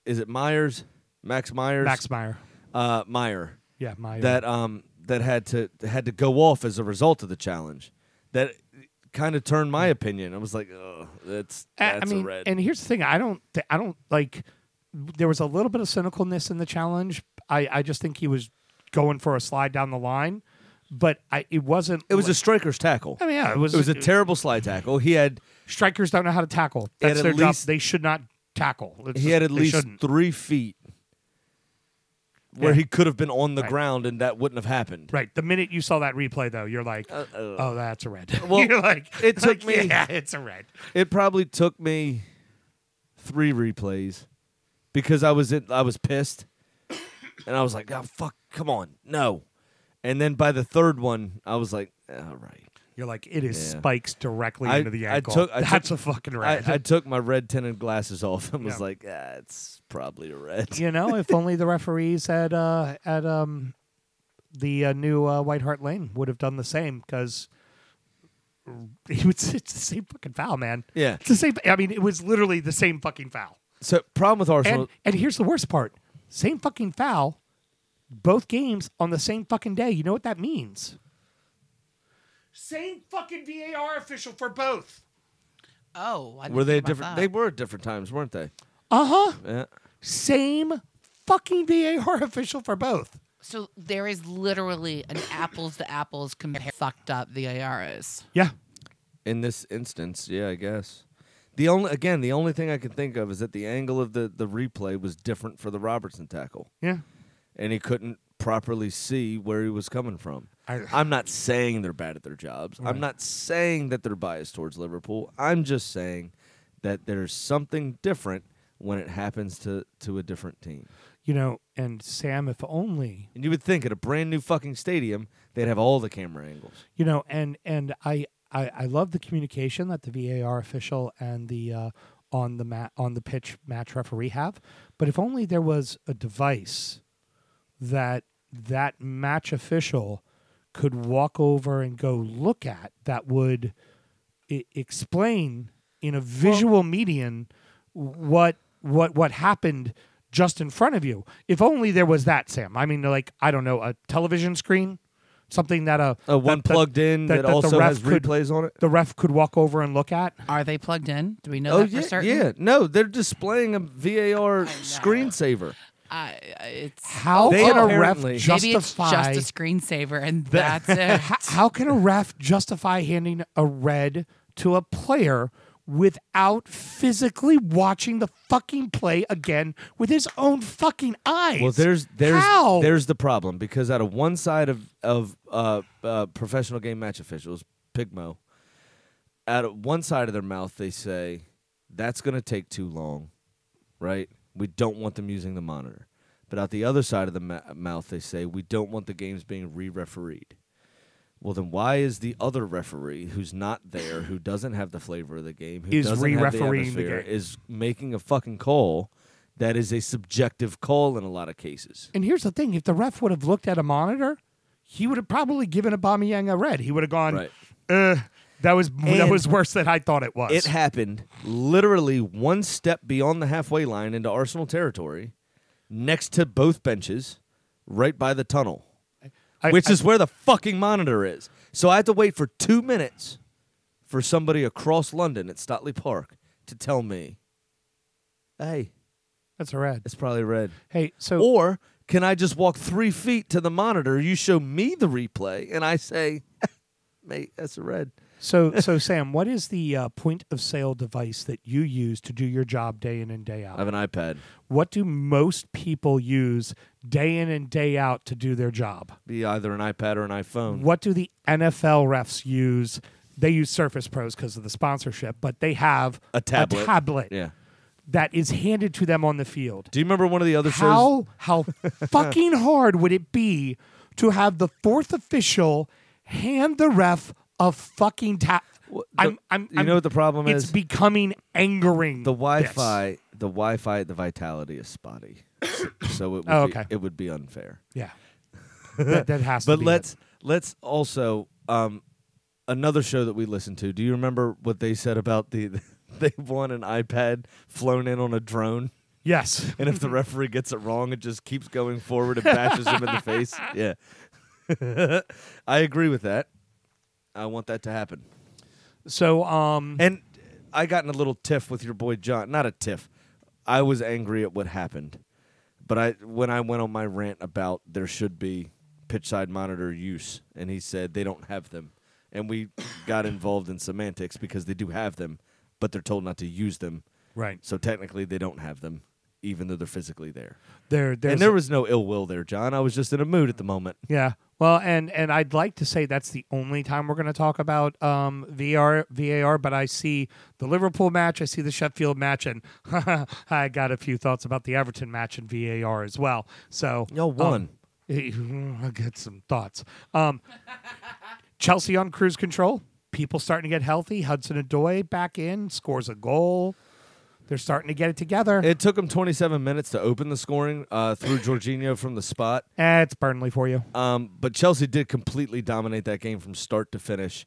is it Myers, Max Myers, Max Meyer. uh, Meyer? Yeah, Meyer. that um that had to had to go off as a result of the challenge. That kind of turned my opinion. I was like, oh, that's Mm. I- that's I mean, a red. and here's the thing: I don't, th- I don't like. There was a little bit of cynicalness in the challenge. I, I just think he was going for a slide down the line, but I, it wasn't. it was a like- striker's tackle. I mean, yeah, it was. it was a terrible slide tackle. He had strikers don't know how to tackle. He had That's at their job. least- They should not tackle. It's he just- had at they least shouldn't. three feet where Yeah. he could have been on the Right. ground and that wouldn't have happened. right. The minute you saw that replay, though, you're like, "Oh, that's a red." Well, you're like, it like, took me- Yeah, it's a red. It probably took me three replays because I was in, I was pissed, and I was like, "Oh fuck, come on, no!" And then by the third one, I was like, "All right." You're like, it is Yeah. spikes directly I- into the I ankle. took- I that's took- a fucking I, red. I took my red tinted glasses off and was Yeah. like, ah, it's probably a red. you know, if only the referees at uh, at um, the uh, new uh, White Hart Lane would have done the same because. It was, it's the same fucking foul, man. Yeah. It's the same. I mean, it was literally the same fucking foul. So problem with Arsenal. And and here's the worst part: same fucking foul, both games on the same fucking day. You know what that means? Same fucking VAR official for both. Oh, I didn't were they think about different? that. They were at different times, weren't they? Uh huh. Yeah. Same fucking VAR official for both. So there is literally an apples to apples compare. Fucked up the is. Yeah. In this instance, yeah, I guess. The only again, the only thing I can think of is that the angle of the the replay was different for the Robertson tackle, Yeah. and he couldn't properly see where he was coming from. I- I'm not saying they're bad at their jobs. I'm not saying that they're biased towards Liverpool. I'm just saying that there's something different when it happens to to a different team. You know, and Sam, if only And you would think at a brand new fucking stadium, they'd have all the camera angles. you know, and and I I, I love the communication that the VAR official and the uh, on the mat on the pitch match referee have, but if only there was a device that that match official could walk over and go look at that would I- explain in a visual median what what what happened just in front of you. If only there was that, Sam. I mean, like I don't know, a television screen, something that a Uh, one that- that- plugged in that, the also ref has could- replays on it. The ref could walk over and look at. Are they plugged in? Do we know Oh that for yeah, certain? yeah. No, they're displaying a VAR screensaver. I, I- it's How They can a ref apparently- justify? maybe it's just a screensaver, and that's it. Ho- how can a ref justify handing a red to a player without physically watching the fucking play again with his own fucking eyes? Well, there's there's how? there's the problem because out of one side of of uh, uh, professional game match officials, Pigmo, out of one side of their mouth they say that's going to take too long, right? We don't want them using the monitor. But out the other side of the ma- mouth they say we don't want the games being re-refereed. Well, then why is the other referee who's not there, who doesn't have the flavor of the game, who Is doesn't re-refereeing have the the atmosphere, game. is making a fucking call that is a subjective call in a lot of cases? and here's the thing: if the ref would have looked at a monitor, he would have probably given Aubameyang a red. He would have gone, Right. "Uh, that was that And was worse than I thought it was." It happened literally one step beyond the halfway line into Arsenal territory, next to both benches, right by the tunnel, I- which I- is where the fucking monitor is. So I had to wait for two minutes for somebody across London at Stotley Park to tell me, "Hey, That's a red. it's probably red." Hey, so Or can I just walk three feet to the monitor? You show me the replay, and I say, "Mate, that's a red." so so Sam, what is the uh, point of sale device that you use to do your job day in and day I out? have an iPad. what do most people use day in and day out to do their job? Be either an iPad or an iPhone. What do the NFL refs use? They use Surface Pros because of the sponsorship, but they have A tablet. tablet Yeah. that is handed to them on the field. Do you remember one of the other how shows? how fucking hard would it be to have the fourth official hand the ref a fucking tap? the- I'm, I'm, you I'm- know what the problem it's is? becoming angering. The this. Wi-Fi, the Wi-Fi at the Vitality is spotty, so it would Oh, be, okay. it would be unfair. yeah, that, that has. to But be it. let's let's also um, another show that we listened to. Do you remember what they said about the they want an iPad flown in on a drone? yes, And if the referee gets it wrong, it just keeps going forward and bashes him in the face. Yeah. I agree with that. I want that to happen. so um, And I got in a little tiff with your boy John. Not a tiff. I was angry at what happened. But I when I went on my rant about there should be pitch side monitor use and he said they don't have them. And we got involved in semantics because they do have them, but they're told not to use them. right So technically they don't have them even though they're physically there. there, there's and there was no ill will there, John. I was just in a mood at the moment. Yeah. Well, and and I'd like to say that's the only time we're going to talk about um, VR VAR, but I see the Liverpool match, I see the Sheffield match, and I got a few thoughts about the Everton match and VAR as well. So Y'all um, won. I get some thoughts. Um, Chelsea on cruise control. People starting to get healthy. Hudson Adoy back in scores a goal. They're starting to get it together. It took him 27 minutes to open the scoring uh, through Jorginho from the spot. Eh, it's Burnley for you. Um, but Chelsea did completely dominate that game from start to finish.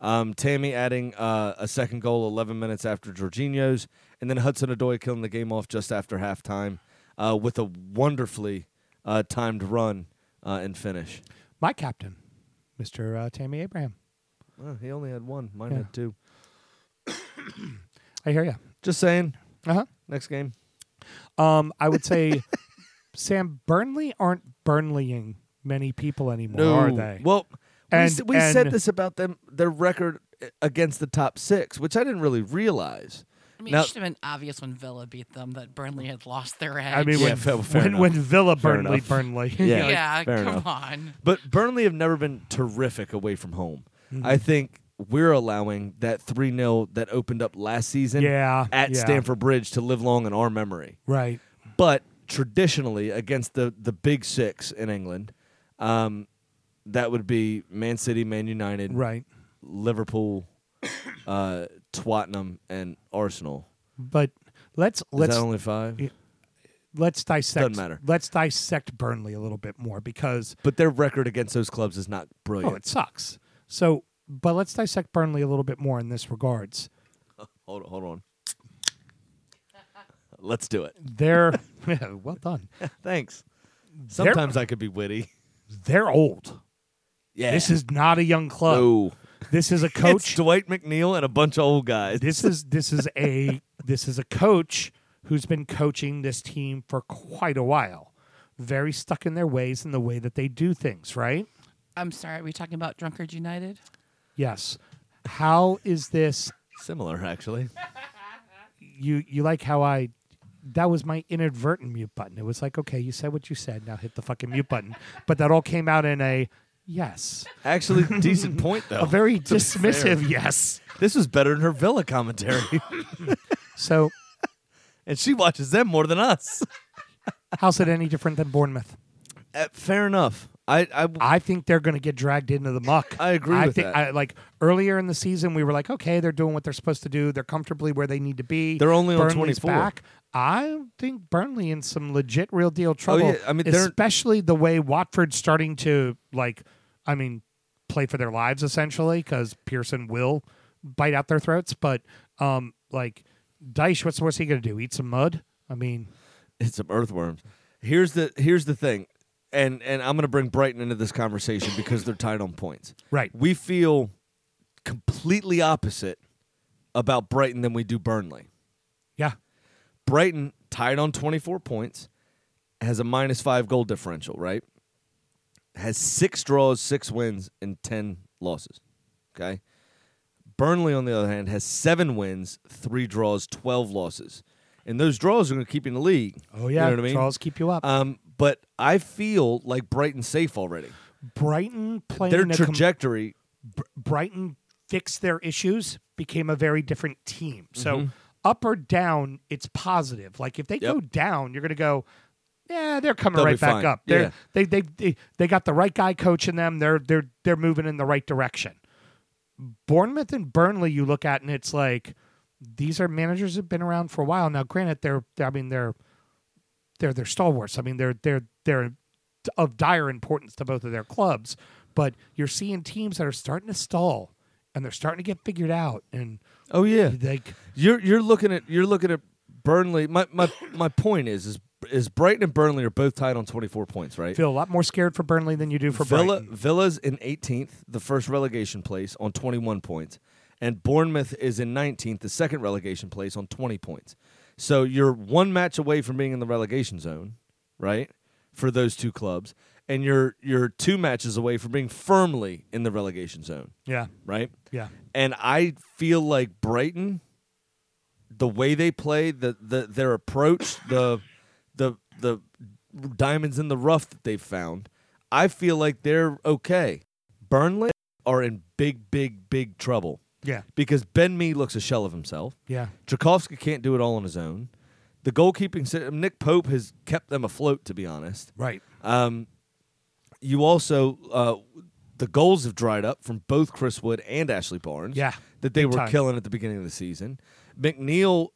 Um, Tammy adding uh, a second goal 11 minutes after Jorginho's, and then Hudson Adoy killing the game off just after halftime uh, with a wonderfully uh, timed run uh, and finish. My captain, Mr. Uh, Tammy Abraham. Well, he only had one. Mine Yeah. had two. I hear you. Just saying. Uh huh. Next game. Um, I would say, Sam, Burnley aren't Burnleying many people anymore, are they? Well, we And- s- we, said and- this about them their record uh, against the top six, which I didn't really realize. I mean, Now- it should have been obvious when Villa beat them that Burnley had lost their edge. I mean, Yeah, when, fair- fair when, enough. when Villa Fair Burnley, enough. Burnley. Yeah. yeah, fair come enough. on. But Burnley have never been terrific away from home. Mm-hmm. I think we're allowing that 3 0 that opened up last season Yeah, at yeah. Stamford Bridge to live long in our memory. Right. But traditionally, against the, the big six in England, um, that would be Man City, Man United, Right. Liverpool, uh, Tottenham, and Arsenal. But let's Is let's that only five? Yeah. let's dissect. Doesn't matter. Let's dissect Burnley a little bit more because But their record against those clubs is not oh, brilliant. it sucks. So, but let's dissect Burnley a little bit more in this regards. hold, hold on. Let's do it. They're well done. Thanks. Sometimes I could be witty. They're old. Yeah. This is not a young club. no. This is a It's coach Dwight McNeil and a bunch of old guys. this is this is a this is a coach who's been coaching this team for quite a while. Very stuck in their ways and the way that they do things, right? I'm sorry, are we talking about Drunkard United? Yes. How is this Similar, actually. you you like how I that was my inadvertent mute button. It was like, okay, you said what you said, now hit the fucking mute button. But that all came out in a yes. Actually, decent point though. A very dismissive yes. this was better than her Villa commentary, So and she watches them more than us. how's it any different than Bournemouth? Uh, fair enough. I, I I think they're going to get dragged into the muck. I agree I with think that. I, like earlier in the season, we were like, okay, they're doing what they're supposed to do. They're comfortably where they need to be. They're only on Burnley's 24. Back. I think Burnley in some legit, real deal trouble. Oh, yeah. I mean, they're- especially the way Watford's starting to like, I mean, play for their lives essentially because Pearson will bite out their throats. But um, like Dyche, what's what's he going to do? Eat some mud? I mean, hit some earthworms. Here's the here's the thing, and and I'm gonna bring Brighton into this conversation because they're tied on points. Right. We feel completely opposite about Brighton than we do Burnley. Yeah. Brighton tied on 24 points, has a minus five goal differential, right? Has six draws, six wins, and 10 losses. Okay. Burnley, on the other hand, has seven wins, three draws, 12 losses. And those draws are going to keep you in the league. Oh yeah. You know what I mean? Charles, keep you up. Um, but I feel like Brighton's safe already. Brighton playing Their a com- trajectory Br- Brighton fixed their issues, became a very different team. So Mm-hmm. up or down, it's positive. Like if they go down, you're going to go, yeah, they're coming They'll be right back fine. up. They're, Yeah. They they they they got the right guy coaching them. They're they're they're moving in the right direction. Bournemouth and Burnley, you look at and it's like these are managers that've been around for a while now. Granted, they're I mean they're they're they're stalwarts. I mean, they're they're they're of dire importance to both of their clubs. But you're seeing teams that are starting to stall, and they're starting to get figured out. And Oh yeah, like- you're you're looking at you're looking at Burnley. My my my point is is is Brighton and Burnley are both tied on 24 points, right? feel a lot more scared for Burnley than you do for Villa Brighton. Villa's in 18th, the first relegation place on 21 points, and Bournemouth is in 19th, the second relegation place on 20 points. So you're one match away from being in the relegation zone, right? For those two clubs, and you're you're two matches away from being firmly in the relegation zone, Yeah, right? yeah. And I feel like Brighton, the way they play, the, the their approach, the the the diamonds in the rough that they've found, I feel like they're okay. Burnley are in big, big, big trouble. Yeah. Because Ben Mee looks a shell of himself. Yeah. Tchaikovsky can't do it all on his own. The goalkeeping system, Nick Pope has kept them afloat, to be honest. Right. Um, you also uh, the goals have dried up from both Chris Wood and Ashley Barnes. Yeah, that they big were time. killing at the beginning of the season. McNeil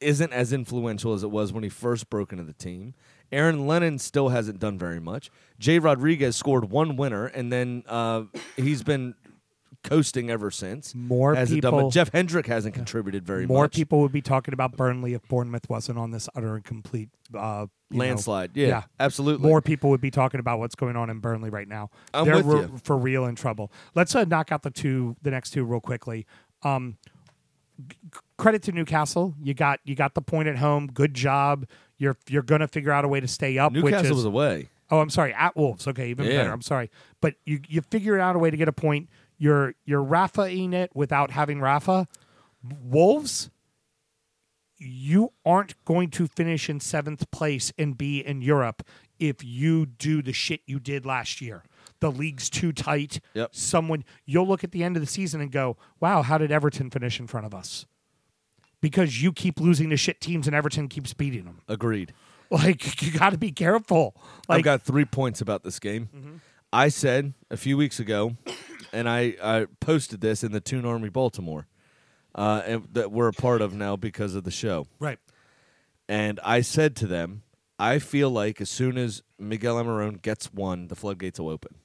isn't as influential as it was when he first broke into the team. Aaron Lennon still hasn't done very much. Jay Rodriguez scored one winner, and then uh, he's been coasting ever since. More hasn't done people- much. Jeff Hendrick hasn't contributed very More much. people would be talking about Burnley if Bournemouth wasn't on this utter and complete uh, you know- landslide. yeah, yeah. absolutely. More people would be talking about what's going on in Burnley right now. I'm They're with re- you. for real in trouble. Let's uh, knock out the two, the next two, real quickly. Um, g- credit to Newcastle. You got you got the point at home. Good job. You're you're gonna figure out a way to stay up. Newcastle which is, was away. Oh, I'm sorry, at Wolves. Okay, even Yeah. better. I'm sorry, but you you figure out a way to get a point. You're you're Rafa-ing it without having Rafa. Wolves, you aren't going to finish in seventh place and be in Europe if you do the shit you did last year. The league's too tight. Yep. Someone you'll look at the end of the season and go, "Wow, how did Everton finish in front of us?" Because you keep losing to shit teams and Everton keeps beating them. Agreed. Like you got to be careful. Like I've got three points about this game. I said a few weeks ago, and I, I posted this in the Toon Army Baltimore uh, and, that we're a part of now because of the show. right. And I said to them, I feel like as soon as Miguel Amarone gets one, the floodgates will open.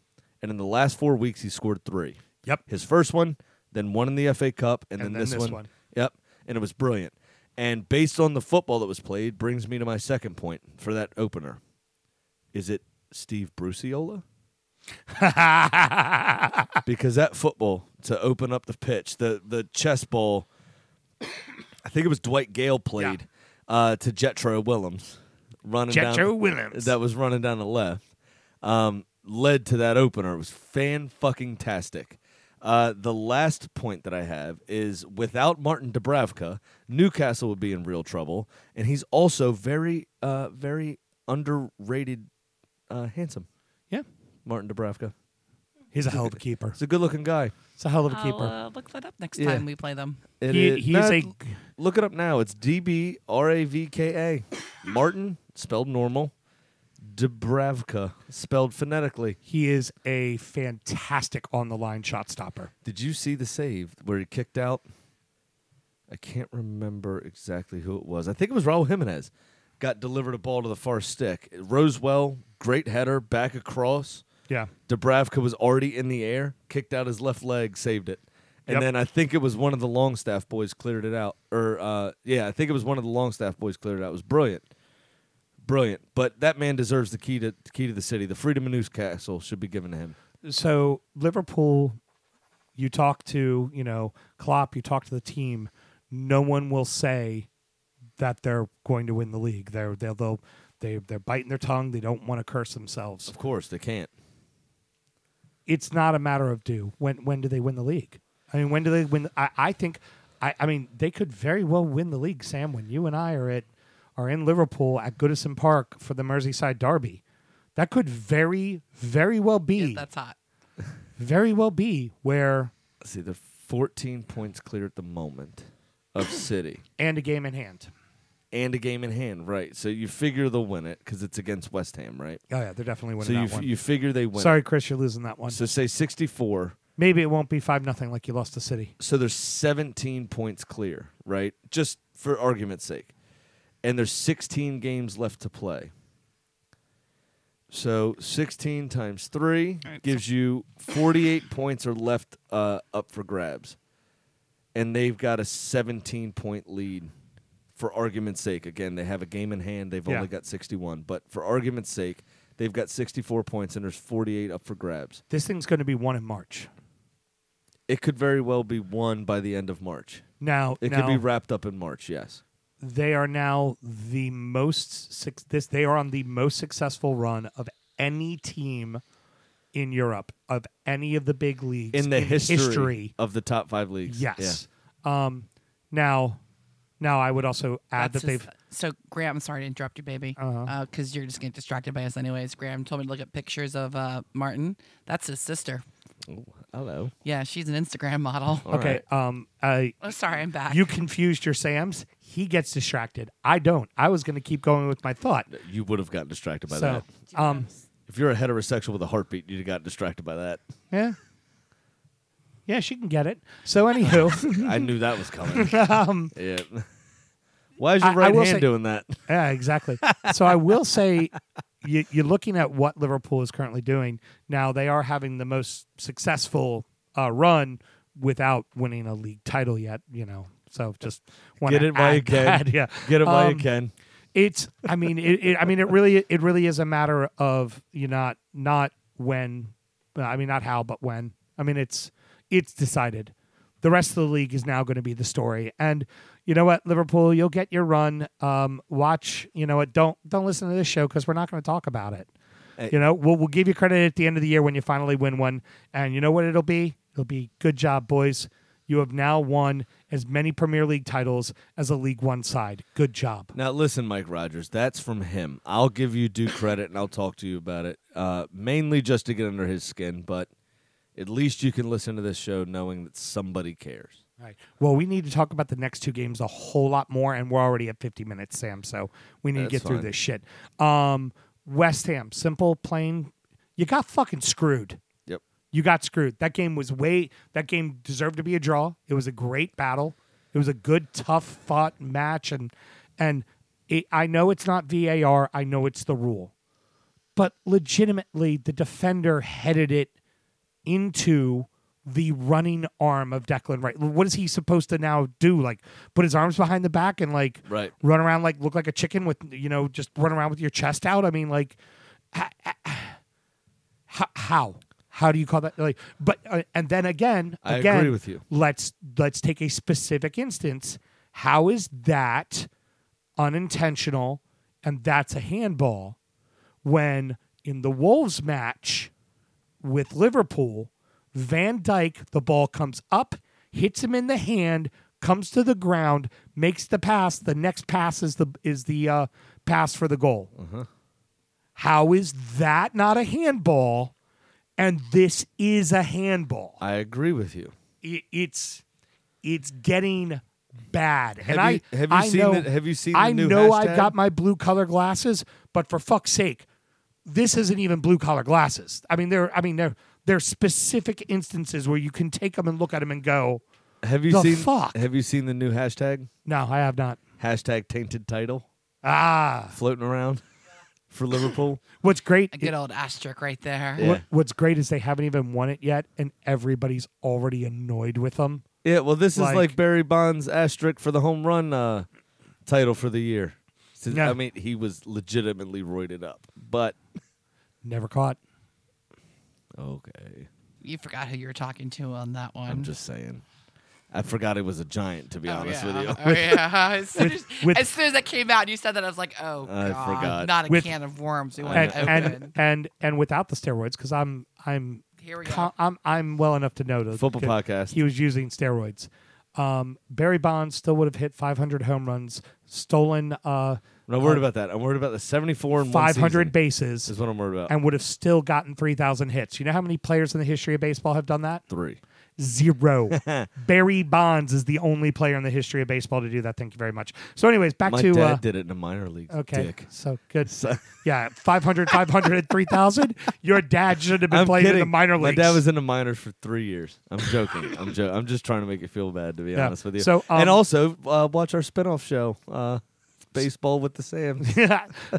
And in the last four weeks, he scored three. Yep. His first one, then one in the FA Cup, and, then, this, one. one. Yep. And it was brilliant. And based on the football that was played, brings me to my second point for that opener. Is it Steve Bruciola? because that football to open up the pitch, the the chess ball, I think it was Dwight Gale played uh, to Jetro Willems, running down Jethro Willems. that was running down the left, um, led to that opener. It was fan fucking tastic. Uh, the last point that I have is without Martin Dubravka, Newcastle would be in real trouble, and he's also very, uh, very underrated, uh, handsome. Yeah. Martin Dubravka. He's a hell of a keeper. He's a good-looking guy. He's a hell of a I'll keeper. uh, look that up next Yeah. time we play them. It He- is- he's no, a- Look it up now. It's D B R A V K A. Martin spelled normal. Dubravka spelled phonetically. He is a fantastic on the line shot stopper. Did you see the save where he kicked out? I can't remember exactly who it was. I think it was Raul Jimenez. Got delivered a ball to the far stick. It rose well, great header, back across. Yeah. Dubravka was already in the air, kicked out his left leg, saved it. And Yep. then I think it was one of the Longstaff boys cleared it out. Or uh, yeah, I think it was one of the Longstaff boys cleared it out. It was brilliant. Brilliant. But that man deserves the key to the key to the city. The freedom of Newcastle should be given to him. so Liverpool, you talk to you know Klopp, you talk to the team. No one will say that they're going to win the league. They're they'll, they'll they they're biting their tongue. They don't want to curse themselves. Of course, they can't. It's not a matter of do. When when do they win the league? I mean, when do they win? I I think I I mean they could very well win the league. Sam, when you and I are at are in Liverpool at Goodison Park for the Merseyside Derby, that could very very well be Yeah, that's hot. very well be where Let's see, they're 14 points clear at the moment of City and a game in hand. and a game in hand, right? So you figure they'll win it because it's against West Ham, right? Oh yeah, they're definitely winning so you that f- one. you figure they win. Sorry, Chris, you're losing that one. So say 64. Maybe it won't be five nothing like you lost to City. So they're 17 points clear, right? Just for argument's sake. And there's 16 games left to play. So 16 times 3 All right, gives you 48 points are left uh, up for grabs. And they've got a 17 point lead for argument's sake. Again, they have a game in hand. They've Yeah. only got 61. But for argument's sake, they've got 64 points and there's 48 up for grabs. This thing's going to be won in March. It could very well be won by the end of March. Now, It now could be wrapped up in March, yes. they are now the most suc- this they are on the most successful run of any team in Europe of any of the big leagues In the history, history. of the top five leagues. Yes. Um. Now, now I would also add That's that they've just- So Graham, I'm sorry to interrupt you, baby, because Uh-huh. you're just getting distracted by us, anyways. Graham told me to look at pictures of uh, Martin. That's his sister. Yeah. Ooh, Oh, hello. Yeah, she's an Instagram model. All okay. Um. I Oh, sorry, I'm back. you confused your Sams. He gets distracted. I don't. I was going to keep going with my thought. right. You would have gotten distracted by So, that. um, If you're a heterosexual with a heartbeat, you'd have got distracted by that. yeah, yeah, she can get it. So, anywho, I knew that was coming. yeah. Why is Um, I- your I right will hand say- doing that? yeah, exactly. So, I will say, you, you're looking at what Liverpool is currently doing now. They are having the most successful uh, run without winning a league title yet. You know, so just wanna Get it while you add can. that, Yeah, Get it while you Um, can. it's i mean it, it i mean it really it really is a matter of you not not when uh, i mean not how but when i mean it's it's decided the rest of the league is now going to be the story and you know what liverpool you'll get your run um watch you know what don't don't listen to this show because we're not going to talk about it Hey. you know we'll, we'll give you credit at the end of the year when you finally win one and you know what it'll be it'll be good job boys you have now won as many premier league titles as a league one side good job Now listen, Mike Rogers. That's from him. I'll give you due credit, and I'll talk to you about it. Uh, mainly just to get under his skin, but at least you can listen to this show knowing that somebody cares. All right. Well, we need to talk about the next two games a whole lot more, and we're already at 50 minutes, Sam. So we need to That's get through fine. this shit. Um, West Ham, simple, plain. You got fucking screwed. Yep. You got screwed. That game was way. That game deserved to be a draw. It was a great battle. It was a good, tough fought match, and and it, I know it's not VAR. I know it's the rule, but legitimately, the defender headed it into the running arm of Declan Right, What is he supposed to now do? Like put his arms behind the back and like Right. run around like look like a chicken with you know just run around with your chest out? I mean like how how, how do you call that like but uh, and then again I again agree with you. Let's let's take a specific instance. How is that unintentional and that's a handball when in the Wolves match with Liverpool, Van Dyke, the ball comes up, hits him in the hand, comes to the ground, makes the pass. The next pass is the is the uh, pass for the goal. How is that not a handball? And this is a handball. I agree with you. I- it's it's getting bad. and Have you- I have you I seen know, the- have you seen the I new know hashtag? I've got my blue color glasses, but for fuck's sake, this isn't even blue collar glasses. I mean, there. I mean, there. There are specific instances where you can take them and look at them and go, Have you The seen? fuck? Have you seen the new hashtag? "No, I have not." Hashtag tainted title Ah, floating around for Liverpool. what's great? a good old asterisk right there. Yeah. what- what's great is they haven't even won it yet, and everybody's already annoyed with them. Yeah, well, this is Like- like Barry Bonds asterisk for the home run uh, title for the year. To- Yeah. I mean, he was legitimately roided up. But Never caught. okay, You forgot who you were talking to on that one. I'm just saying. I forgot it was a giant. To be honest yeah. with you, Oh, yeah. As soon as, with- as soon as that came out and you said that, I was like, oh, I God. forgot. Not a With- can of worms. We I And want to know. and, open. and and without the steroids, because I'm I'm Here we con- go. I'm I'm well enough to know to Football podcast. He was using steroids. Um, Barry Bonds still would have hit 500 home runs, stolen uh, I'm not worried about that. I'm worried about the 74 and one 500 season bases, Is what I'm worried about. and would have still gotten 3,000 hits. You know how many players in the history of baseball have done that? Three. Zero. Barry Bonds is the only player in the history of baseball to do that. Thank you very much. So, anyways, back My to dad uh, did it in the minor leagues. okay. Dick. So good. yeah, 500, 500, and 3,000. Your dad should have been playing in the minor leagues. My dad was in the minors for three years. I'm joking. I'm jo- I'm just trying to make you feel bad, to be Yeah. honest with you. So, um, and also uh, watch our spinoff show, uh, Baseball with the Sams.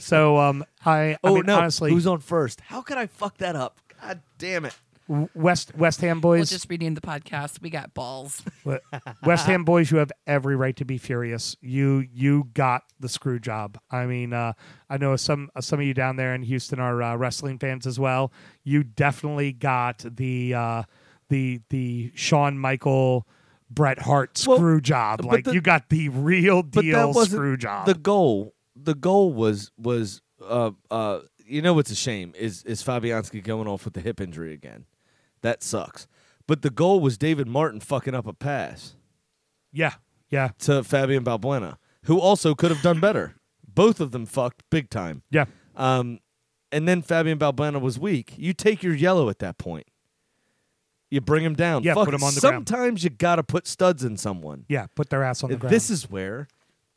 so um, I, I oh mean, no, honestly, who's on first? How could I fuck that up? God damn it! West West Ham boys. We'll just rename the podcast. We got balls. But West Ham boys, you have every right to be furious. You you got the screw job. I mean, uh, I know some uh, some of you down there in Houston are uh, wrestling fans as well. You definitely got the uh, the the Shawn Michael Bret Hart Well, screw job. but Like the- you got the real But that deal wasn't screw job. The goal, the goal was was uh uh you know what's a shame is is Fabianski going off with the hip injury again. That sucks. But the goal was David Martin fucking up a pass. yeah, yeah, to Fabian Balbuena, who also could have done better. Both of them fucked big time. yeah. Um, and then Fabian Balbuena was weak. You take your yellow at that point. You bring him down. Yeah, Fuck, put him on the ground. sometimes you gotta put studs in someone. Yeah, put their ass on the ground. This is where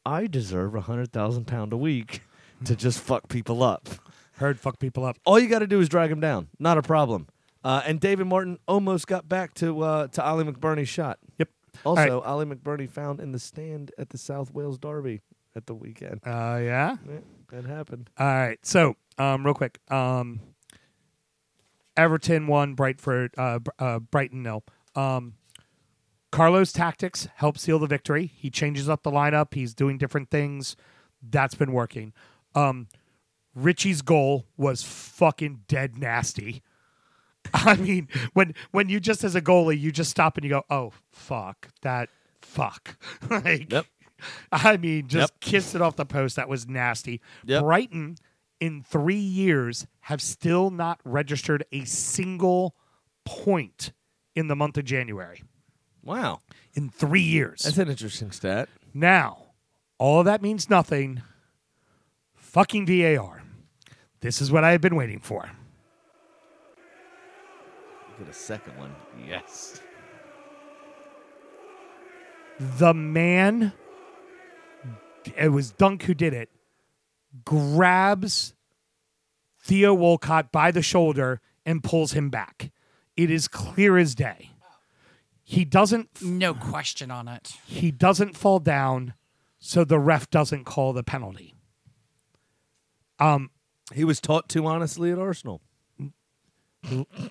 I deserve a hundred thousand pound a week to just fuck people up. heard fuck people up. All you got to do is drag him down. Not a problem. Uh, and David Martin almost got back to uh, to Ollie McBurney's shot. Yep. All right. Also, Ollie McBurney found in the stand at the South Wales Derby at the weekend. Uh, yeah. Yeah, That happened. All right. So, um, real quick, um, Everton won, Brightford, uh, Br- uh, Brighton nil. Um, Carlos' tactics help seal the victory. He changes up the lineup. He's doing different things. That's been working. Um, Richie's goal was fucking dead nasty. I mean, when when you just as a goalie, you just stop and you go, "Oh fuck that, fuck." like, Yep. I mean, just Yep. kissed it off the post. That was nasty. Yep. Brighton in three years have still not registered a single point in the month of January. Wow, In three years. that's an interesting stat. Now, all of that means nothing. Fucking VAR. This is what I have been waiting for. Get a second one. Yes. The man, it was Dunk who did it, grabs Theo Wolcott by the shoulder and pulls him back. It is clear as day. He doesn't No question on it. he doesn't fall down, so the ref doesn't call the penalty. He was taught too honestly at Arsenal.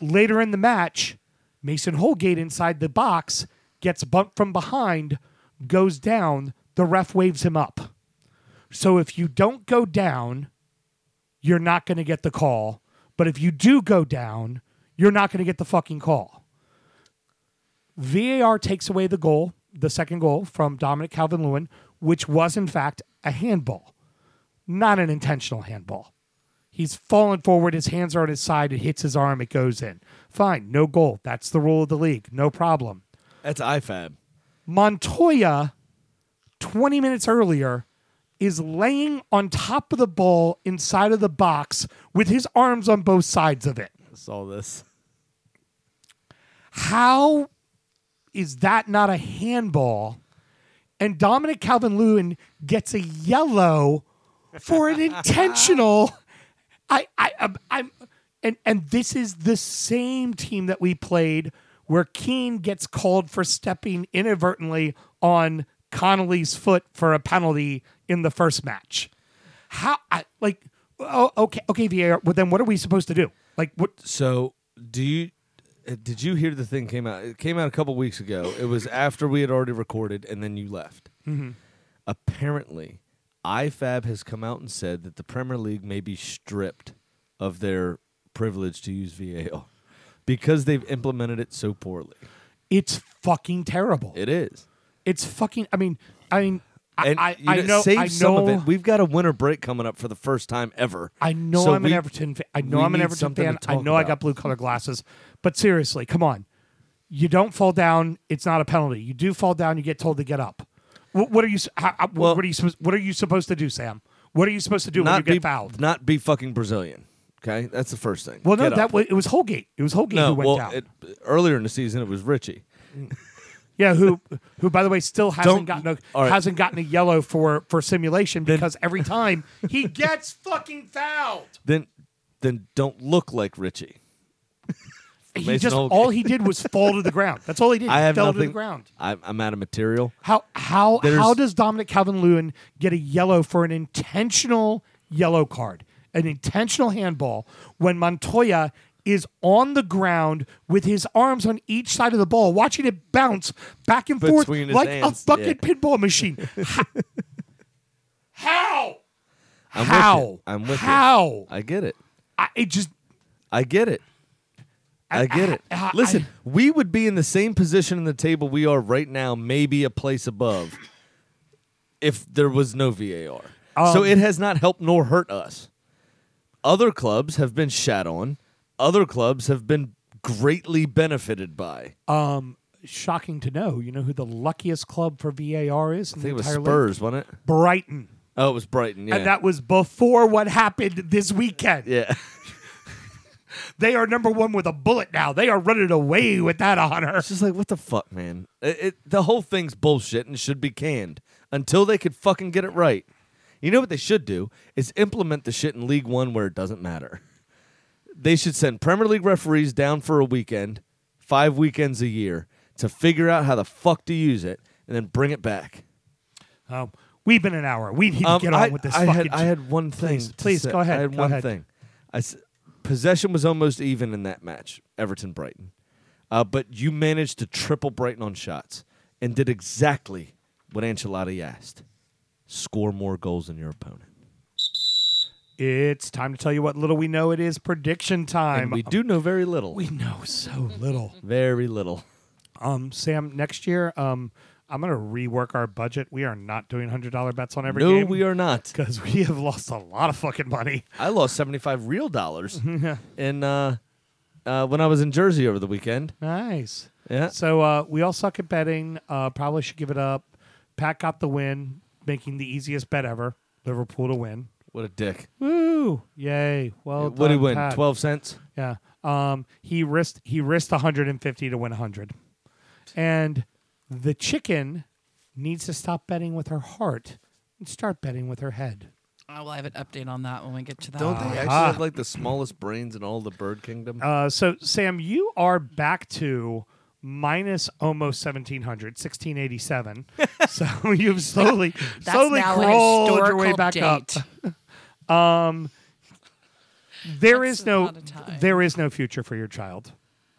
later in the match, Mason Holgate inside the box gets bumped from behind, goes down, the ref waves him up. So if you don't go down, you're not going to get the call. But if you do go down, you're not going to get the fucking call. VAR takes away the goal, the second goal from Dominic Calvin Lewin, which was in fact a handball, not an intentional handball. He's fallen forward. His hands are on his side. It hits his arm. It goes in. Fine. No goal. That's the rule of the league. No problem. That's IFAB. Montoya, 20 minutes earlier, is laying on top of the ball inside of the box with his arms on both sides of it. Saw this. How is that not a handball? And Dominic Calvin Lewin gets a yellow for an intentional. I, I, I'm, I'm, and and this is the same team that we played where Keane gets called for stepping inadvertently on Connolly's foot for a penalty in the first match. How I like? Oh, okay, okay, VAR. Well, then what are we supposed to do? Like, what? So, do you uh, did you hear the thing came out? It came out a couple weeks Mm-hmm. ago. It was after we had already recorded, and then you left. Apparently, IFAB has come out and said that the Premier League may be stripped of their privilege to use VAR because they've implemented it so poorly. It's fucking terrible. It is. it's fucking. I mean, I mean, I, And I, you I know. save I know. some of it. We've got a winter break coming up for the first time ever. I know So I'm we- an Everton fan. I know we I'm an need Everton something fan. to I talk know I about. got blue color glasses. But seriously, come on. You don't fall down. It's not a penalty. You do fall down. You get told to get up. What, what are you? s- How, how- Well- what are you? supposed- What are you supposed to do, Sam? What are you supposed to do when you Not get be fouled? Not be fucking Brazilian. Okay, that's the first thing. well, no, Get up. that was, it was Holgate. It was Holgate no. who went well, down. it- earlier in the season it was Richie. yeah, who who by the way still Don't- hasn't gotten a all right. hasn't gotten a yellow for for simulation because every time he gets fucking fouled. Then, then don't look like Richie. He Mason just Holgate. all he did was fall to the ground. That's all he did. I he have fell nothing. to the ground. I'm, I'm out of material. How how There's- how does Dominic Calvin Lewin get a yellow for an intentional yellow card, an intentional handball when Montoya is on the ground with his arms on each side of the ball, watching it bounce back and forth Between his like hands, a fucking yeah. pinball machine. Ha- how? I'm how? With you. I'm with you. how? I get it. I, it just I get it. I get it. I- I- Listen, we would be in the same position in the table we are right now, maybe a place above, if there was no VAR. so Um, it has not helped nor hurt us. Other clubs have been shat on. Other clubs have been greatly benefited by. um shocking to know. You know who the luckiest club for VAR is? In I think it the was entire league? Spurs, wasn't it? Brighton. Oh, it was Brighton. Yeah, And that was before what happened this weekend. yeah. They are number one with a bullet now. They are running away with that honor. It's just like what the fuck, man. It, it, the whole thing's bullshit and should be canned until they could fucking get it right. You know what they should do is implement the shit in League One where it doesn't matter. They should send Premier League referees down for a weekend, five weekends a year, to figure out how the fuck to use it and then bring it back. Oh, we've been an hour. We need to Um, get on I, with this I fucking. had, I had one thing. Please, to please, say. go ahead, I had go one ahead. thing. I s- possession was almost even in that match, Everton Brighton, uh, but you managed to triple Brighton on shots and did exactly what Ancelotti asked: score more goals than your opponent. it's time to tell you what little we know. It is prediction time. And we do know very little, We know so little. very little. um, Sam, next year, um, I'm going to rework our budget. We are not doing hundred dollar bets on every no, game we are not. because we have lost a lot of fucking money. I lost seventy-five real dollars in uh, uh, when I was in Jersey over the weekend. Nice. Yeah. So uh, we all suck at betting. Uh, probably should give it up. Pat got the win, making the easiest bet ever. Liverpool to win. What a dick! Woo! Yay! Well, what did he done, win? Pat. Twelve cents. Yeah. Um. He risked he risked 150 to win 100, and the chicken needs to stop betting with her heart and start betting with her head. I will have an update on that when we get to that. Don't they actually have like the smallest brains in all the bird kingdom? Uh, so Sam, you are back to minus almost 1700 1687 so you've slowly That's slowly now a crawled your way historical back up Um, date. There That's is no not a time. there is no future for your child.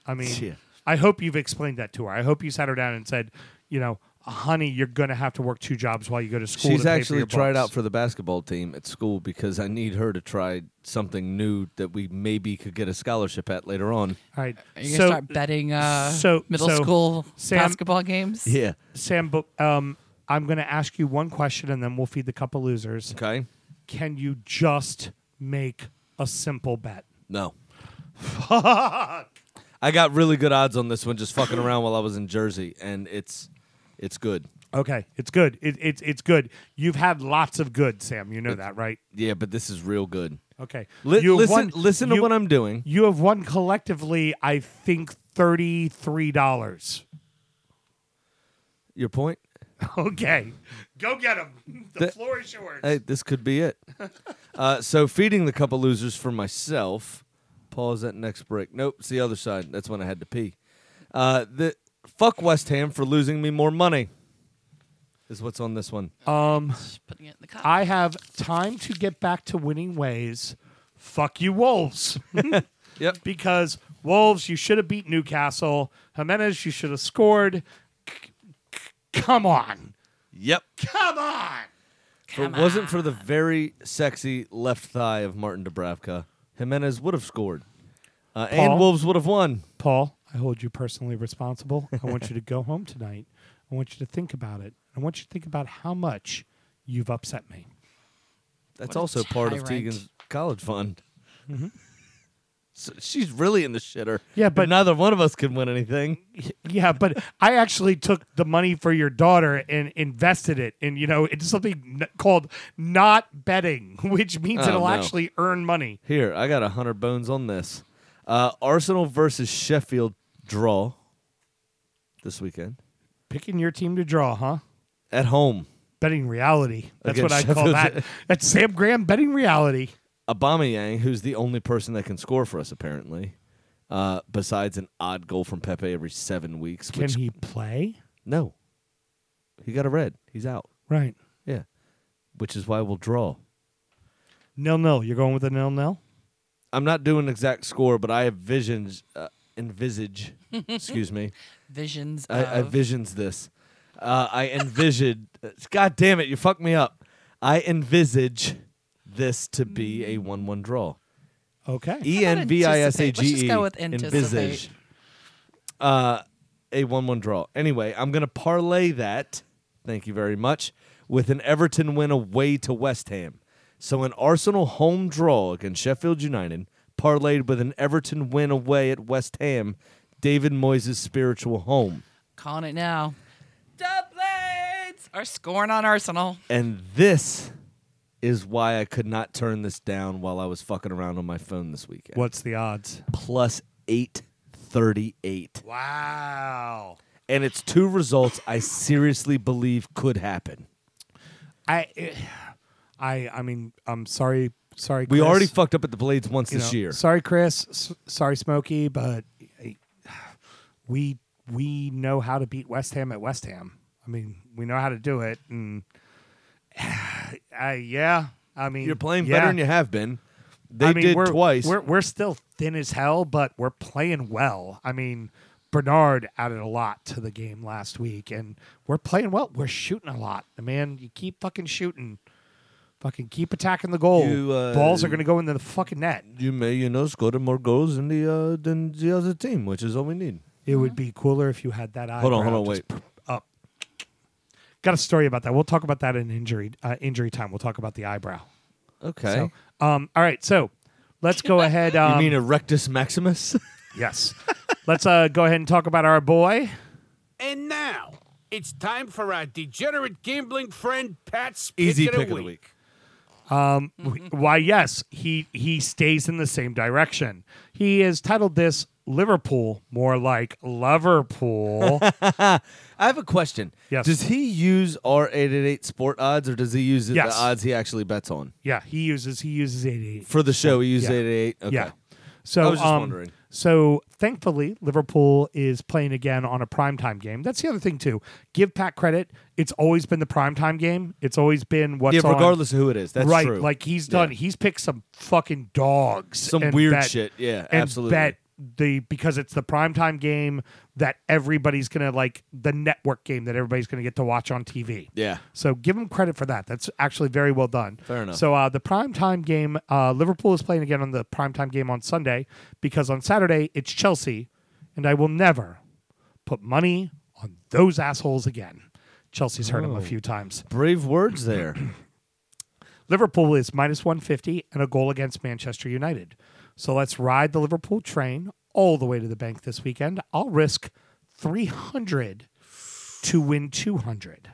I mean, Yeah. I hope you've explained that to her. I hope you sat her down and said, you know, honey, you're going to have to work two jobs while you go to school. She's to pay for actually your tried out books." for the basketball team at school because I need her to try something new that we maybe could get a scholarship at later on. All right. Are you gonna So start betting uh, so- middle so, school Sam- basketball games? Yeah. Sam, but, um, I'm going to ask you one question, and then we'll feed the couple losers. Okay. Can you just make a simple bet? No. Fuck. I got really good odds on this one just fucking around while I was in Jersey, and it's it's good. Okay, it's good. It, it's it's good. You've had lots of good, Sam. You know that, right? Yeah, but this is real good. Okay. Li- You have listen, won- listen to you- what I'm doing. You have won collectively, I think, thirty-three dollars. Your point? Okay, go get them. The, The- floor is yours. Hey, this could be it. uh, so feeding the couple losers for myself. Pause that next break. Nope, it's the other side. That's when I had to pee. Uh, the fuck West Ham for losing me more money. Is what's on this one. Just putting it in the cup. I have time to get back to winning ways. Fuck you, Wolves. Yep. because Wolves, you should have beat Newcastle. Jimenez, you should have scored. C- c- Come on, Yep. come on. If it Come wasn't for the very sexy left thigh of Martin Dubravka, Jimenez would have scored. Uh, and Paul? Wolves would have won. Paul, I hold you personally responsible. I want you to go home tonight. I want you to think about it. I want you to think about how much you've upset me. That's What a also part of tyrant. Tegan's college fund. So she's really in the shitter. Mm-hmm. Yeah, but- neither one of us can win anything. Yeah, but I actually took the money for your daughter and invested it in, you know, it's something n- called not betting, which means Oh, it'll no. actually earn money. Here, I got a hundred bones on this. Uh, Arsenal versus Sheffield draw this weekend Picking your team to draw, huh? at home. Betting reality. That's what I Against call Sheffield. that. That's Sam Graham betting reality. Aubameyang, who's the only person that can score for us apparently, uh, besides an odd goal from Pepe every seven weeks. Can which, he play? No, he got a red. He's out. Right. Yeah, which is why we'll draw. Nil nil. You're going with a nil nil? I'm not doing exact score, but I have visions, uh, envisage, excuse me, Visions I, I of visions this. Uh, I envisioned. God damn it, you fucked me up. I envisage this to be a one-one draw. Okay. E N V I S A G E. Let's just go with anticipate. envisage. Uh, a one-one draw. Anyway, I'm gonna parlay that. Thank you very much. With an Everton win away to West Ham, so an Arsenal home draw against Sheffield United, parlayed with an Everton win away at West Ham, David Moyes' spiritual home. calling it now. Dublades are scoring on Arsenal. And this is why I could not turn this down while I was fucking around on my phone this weekend. What's the odds? Plus 838. Wow. And it's two results I seriously believe could happen. I, I, I mean, I'm sorry, sorry. We Chris. already fucked up at the Blades once you this know, year. Sorry, Chris. S- sorry, Smokey. But I- we we know how to beat West Ham at West Ham. I mean, we know how to do it, and I, yeah. I mean, You're playing yeah. better than you have been. They I mean, did we're, twice. We're we're still thin as hell, but we're playing well. I mean, Bernard added a lot to the game last week, and we're playing well. We're shooting a lot, man. You keep fucking shooting, fucking keep attacking the goal. You, uh, Balls are gonna go into the fucking net. you may, you know, score more goals than the uh, than the other team, which is all we need. It would be cooler if you had that eye. Hold on, hold on, wait. Up. Got a story about that. We'll talk about that in injury uh, injury time. We'll talk about the eyebrow. Okay. So, um, all right, so let's go ahead. Um, you mean Erectus Maximus? yes. let's uh, go ahead and talk about our boy. And now it's time for our degenerate gambling friend Pat's Easy pick, pick of, the week. Mm-hmm. Why, yes, he he stays in the same direction. He has titled this Liverpool, more like Liverpool. I have a question. Yes. Does he use our eight eight eight sport odds, or does he use Yes. the odds he actually bets on yeah, he uses he uses eighty eight. for the show? He uses Yeah. eight eight eight. Okay. Yeah. So I was just um, wondering. So thankfully, Liverpool is playing again on a primetime game. That's the other thing too. Give Pat credit. It's always been the primetime game. It's always been what's Yeah, on- regardless of who it is, that's right. true. Like he's done. Yeah. He's picked some fucking dogs. Some and weird bet- shit. Yeah, and absolutely. Bet the because it's the primetime game that everybody's gonna like the network game that everybody's gonna get to watch on TV. Yeah. So give him credit for that. That's actually very well done. Fair enough. So uh, the primetime game, uh, Liverpool is playing again on the primetime game on Sunday because on Saturday it's Chelsea, and I will never put money on those assholes again. Chelsea's heard Oh. him a few times. Brave words there. Liverpool is minus 150 and a goal against Manchester United. So let's ride the Liverpool train all the way to the bank this weekend. I'll risk 300 to win 200.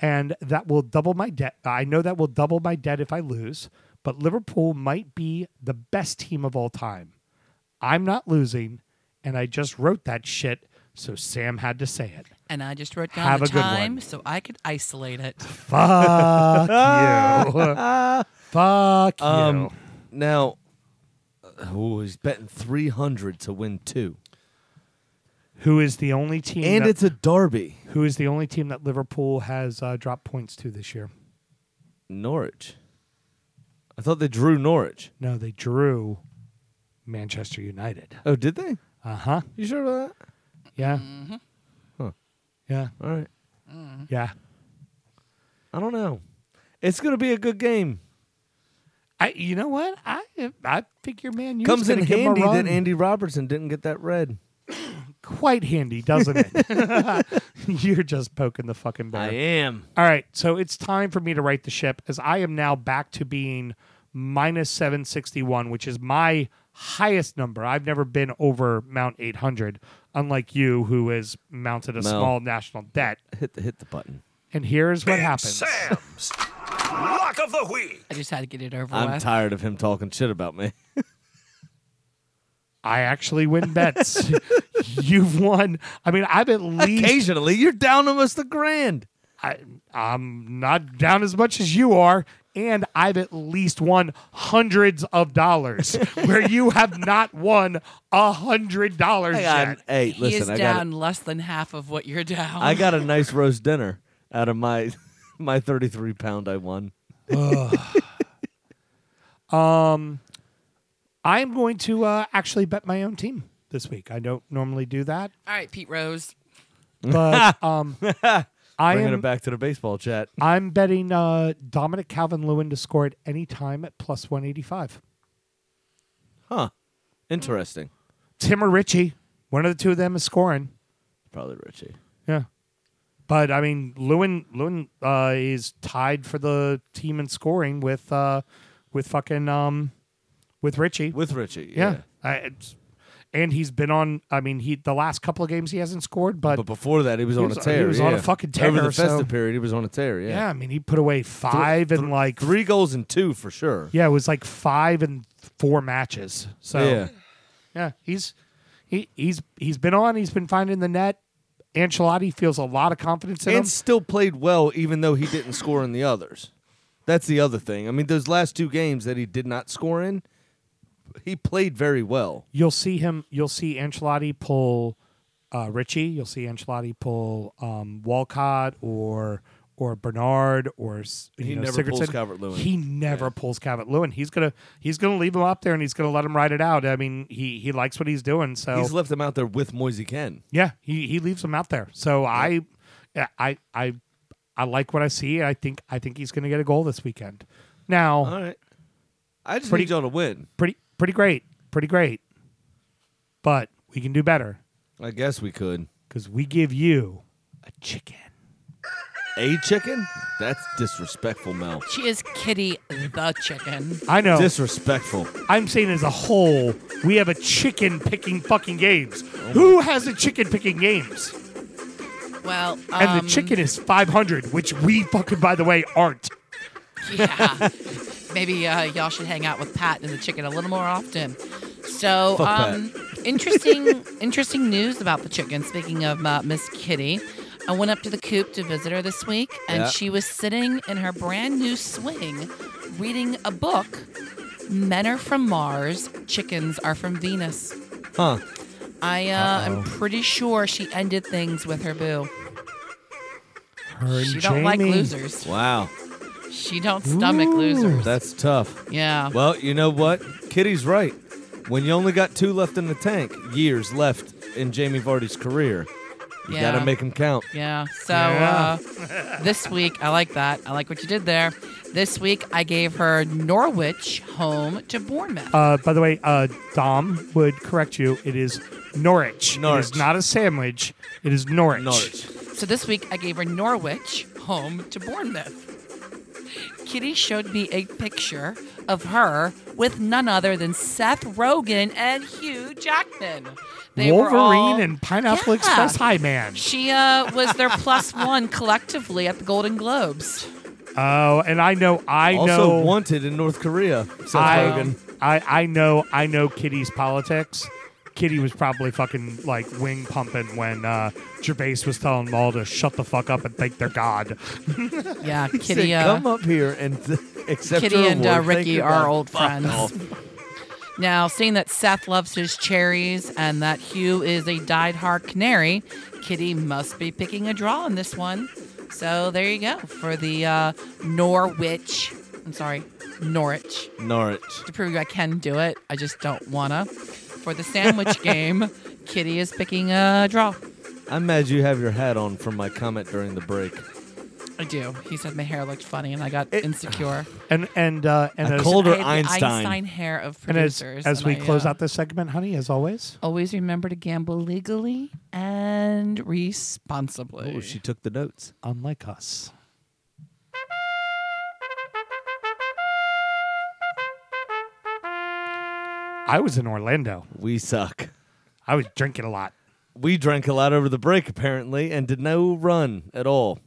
And that will double my debt. I know that will double my debt if I lose, but Liverpool might be the best team of all time. I'm not losing, and I just wrote that shit, so Sam had to say it. And I just wrote down Have the a good one. time so I could isolate it. Fuck you. Fuck you. Um, now, uh, oh, he's betting three hundred to win two, who is the only team and that, it's a derby. who is the only team that Liverpool has uh, dropped points to this year. Norwich. I thought they drew Norwich. No, they drew Manchester United. Oh, did they? Uh huh. You sure about Yeah. Huh. Yeah. that? All right. Yeah. I don't know. It's going to be a good game. I, you know what? I I figure Man U Comes in give 'em a handy that run. Andy Robertson didn't get that red. quite handy, doesn't it? You're just poking the fucking bear. am. All right, so it's time for me to right the ship as I am now back to being minus 761, which is my highest number. I've never been over Mount 800, unlike you, who has mounted a No. small national debt. Hit the hit the button. And here's what happens. Sam's Lock of the Week. I just had to get it over I'm with. tired of him talking shit about me. I actually win bets. You've won. I mean, I've at least. Occasionally, you're down almost a grand. I, I'm not down as much as you are, and I've at least won hundreds of dollars, where you have not won a hundred dollars Hey, yet. I'm- hey, he listen, is I got down less than half of what you're down. I got a nice roast dinner out of my my 33 pound I won. I'm going to uh, actually bet my own team this week. I don't normally do that, All right, Pete Rose. but um, I Bringing it am. back to the baseball chat. I'm betting uh, Dominic Calvin Lewin to score at any time at plus 185. Huh. Interesting. Tim or Richie, one of the two of them is scoring. Probably Richie. Yeah. But I mean, Lewin Lewin uh, is tied for the team in scoring with uh, with fucking um, with Richie. With Richie. yeah. I, it's- and he's been on. I mean, he the last couple of games he hasn't scored, but, But before that, he was He on was- a he tear. was on a yeah. fucking tear, Over the festive so- period, he was on a tear. Yeah. yeah. I mean, he put away five and like Three goals and two for sure. yeah, it was like five and four matches. So Yeah. Yeah, he's he he's he's been on. He's been finding the net. Ancelotti feels a lot of confidence in him. and still played well even though he didn't score in the others. That's the other thing. I mean, those last two games that he did not score in, he played very well. You'll see him. You'll see Ancelotti pull uh, Richie. You'll see Ancelotti pull um, Walcott or or Bernard or s- you He know, never pulls Sigurdsson. Calvert-Lewin. He never pulls Calvert Lewin. He's gonna he's gonna leave him up there and he's gonna let him ride it out. I mean, he he likes what he's doing. So He's left him out there with Moisey Ken. Yeah, he, he leaves them out there. So I, yeah, I, I, I like what I see. I think I think he's going to get a goal this weekend. Now, All right. I just Pretty- need y'all to win. pretty pretty great, pretty great. But we can do better I guess we could. because we give you a chicken. A chicken? That's disrespectful, Mel. She is Kitty the chicken. I Oh. know. Disrespectful. I'm saying as a whole, we have a chicken picking fucking games. Oh Who has a chicken picking games? Well, um, And the chicken is 500, which we fucking by the way aren't. Yeah. Maybe uh, y'all should hang out with Pat and the chicken a little more often. So, Fuck um, interesting, interesting news about the chicken. Speaking of uh, Miss Kitty, I went up to the coop to visit her this week, and Yeah. she was sitting in her brand new swing, reading a book. Men are from Mars, chickens are from Venus. Huh. I uh, am pretty sure she ended things with her boo. Her and She don't like Jamie. losers. Wow. She don't stomach losers. That's tough. Yeah. Well, you know what? Kitty's right. When you only got two left in the tank, years left in Jamie Vardy's career, you Yeah. got to make him count. Yeah. So Yeah. Uh, this week, I like that. I like what you did there. This week, I gave her Norwich home to Bournemouth. Uh, by the way, uh, Dom would correct you. It is Norwich. It Norwich. is not a sandwich. It is Norwich. Norwich. so this week, I gave her Norwich home to Bournemouth. Kitty showed me a picture of her with none other than Seth Rogen and Hugh Jackman. They were Wolverine all- and Pineapple Yeah. Express High Man. She uh, was their plus one collectively at the Golden Globes. Oh, and I know, I also know, wanted in North Korea. Seth I, Rogen. I, I know, I know Kitty's politics. Kitty was probably fucking like wing pumping when uh, Gervais was telling them all to shut the fuck up and thank their god. Yeah, He said, Kitty. uh, come up here and accept Kitty your and uh, award. Thank Ricky you, are bye." old Fuck friends. off. Now, seeing that Seth loves his cherries and that Hugh is a diehard canary, Kitty must be picking a draw in this one. So there you go for the uh, Norwich. I'm sorry, Norwich. Norwich. To prove I can do it, I just don't wanna. For the sandwich game, Kitty is picking a draw. I'm mad you have your hat on from my comment during the break. I do. He said my hair looked funny, and I got insecure. And and uh, and I as, called- Older I had the Einstein. Einstein hair of and as, producers. as and we I, close uh, out this segment, honey, as always. always remember to gamble legally and responsibly. Oh, she took the notes. Unlike us. I was in Orlando. We suck. I was drinking a lot. we drank a lot over the break apparently and did no run at all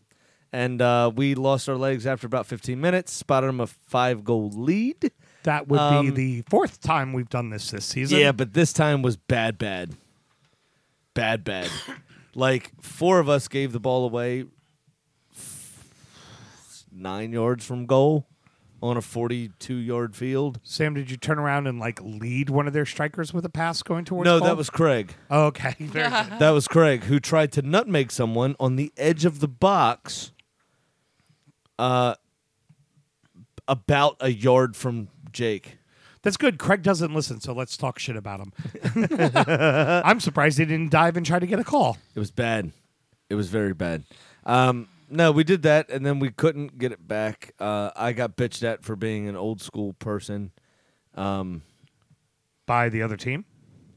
and uh, we lost our legs after about 15 minutes spotted them a five goal lead That would be Um, the fourth time we've done this this season. yeah but this time was bad bad bad bad like four of us gave the ball away f- nine yards from goal on a 42 yard field Sam, did you turn around and like lead one of their strikers with a pass going towards? no goal? that was craig okay. Very good. that was Craig who tried to nutmeg someone on the edge of the box, uh, about a yard from Jake. That's good. Craig doesn't listen, so let's talk shit about him. I'm surprised they didn't dive and try to get a call. It was bad. It was very bad. Um, no, we did that, and then we couldn't get it back. Uh, I got bitched at for being an old school person. by the other team.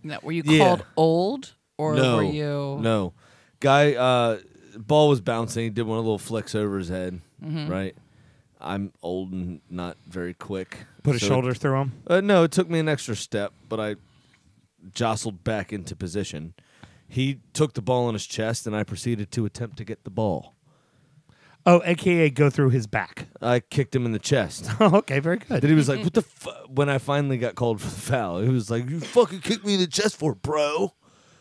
No, were you Yeah. called old or no, were you? no, guy. Uh, ball was bouncing. He did one little flicks over his head. Mm-hmm. Right. I'm old and not very quick. Put a so it- shoulder through him. Uh, no, it took me an extra step, but I jostled back into position. He took the ball on his chest, and I proceeded to attempt to get the ball. Oh, aka go through his back. Oh, I kicked him in the chest. okay, very then good. he was like, "What the?" Fu-? When I finally got called for the foul, he was like, "You fucking kicked me in the chest for, it, bro."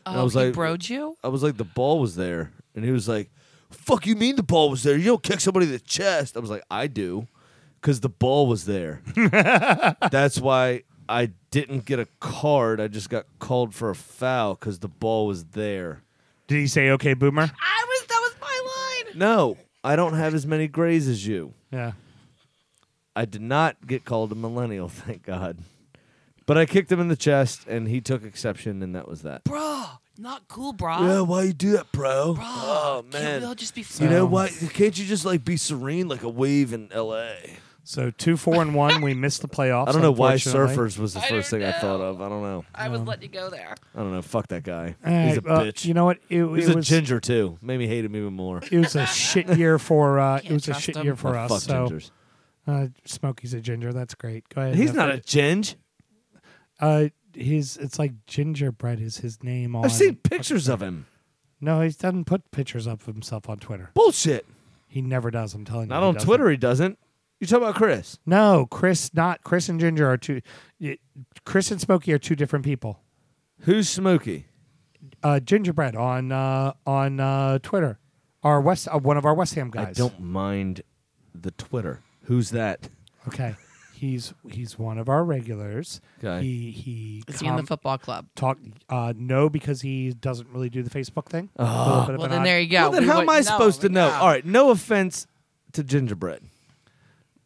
And Oh, I was he like, broed you? I was like, "The ball was there," and he was like, "Fuck you mean the ball was there? You don't kick somebody in the chest." I was like, "I do, because the ball was there." That's why I didn't get a card. I just got called for a foul because the ball was there. Did he say okay, boomer? I was. That was my line. No, I don't have as many grays as you. Yeah. I did not get called a millennial, thank God. But I kicked him in the chest, and he took exception, and that was that. Bruh, not cool, brah. Yeah, why you do that, bro? Bruh, oh Can't man, we all just be friends? you know what? Can't you just like be serene like a wave in L.A.? So two, four, and one. We missed the playoffs. I don't know why unfortunately. surfers was the I first thing don't I thought know. of. I don't know. I was letting you go there. I don't know. Fuck that guy. All right, He's a well, bitch. You know what? It, it He's a was ginger too. Made me hate him even more. It was a shit year for. Uh, it Can't was a trust shit him. year for Ah, us. Fuck so gingers. uh, Smokey's a ginger. That's great. Go ahead. He's Jeff. not a ginge. Uh, his it's like gingerbread is his name on. I've seen pictures of him. No, he doesn't put pictures of himself on Twitter. Bullshit. He never does. I'm telling you. Not he on doesn't. Twitter. He doesn't. You talking about Chris? No, Chris, not Chris and Ginger are two. y- Chris and Smokey are two different people. Who's Smokey? Uh, Gingerbread on uh, on uh, Twitter, our West, uh, one of our West Ham guys. I don't mind the Twitter. Who's that? Okay, he's he's one of our regulars. Okay. He he. Is he in the com- football club? Talk uh, no because he doesn't really do the Facebook thing. Ah. Well, then there you go. well, then We how am wouldn't I supposed to know? No. All right. No offense to Gingerbread.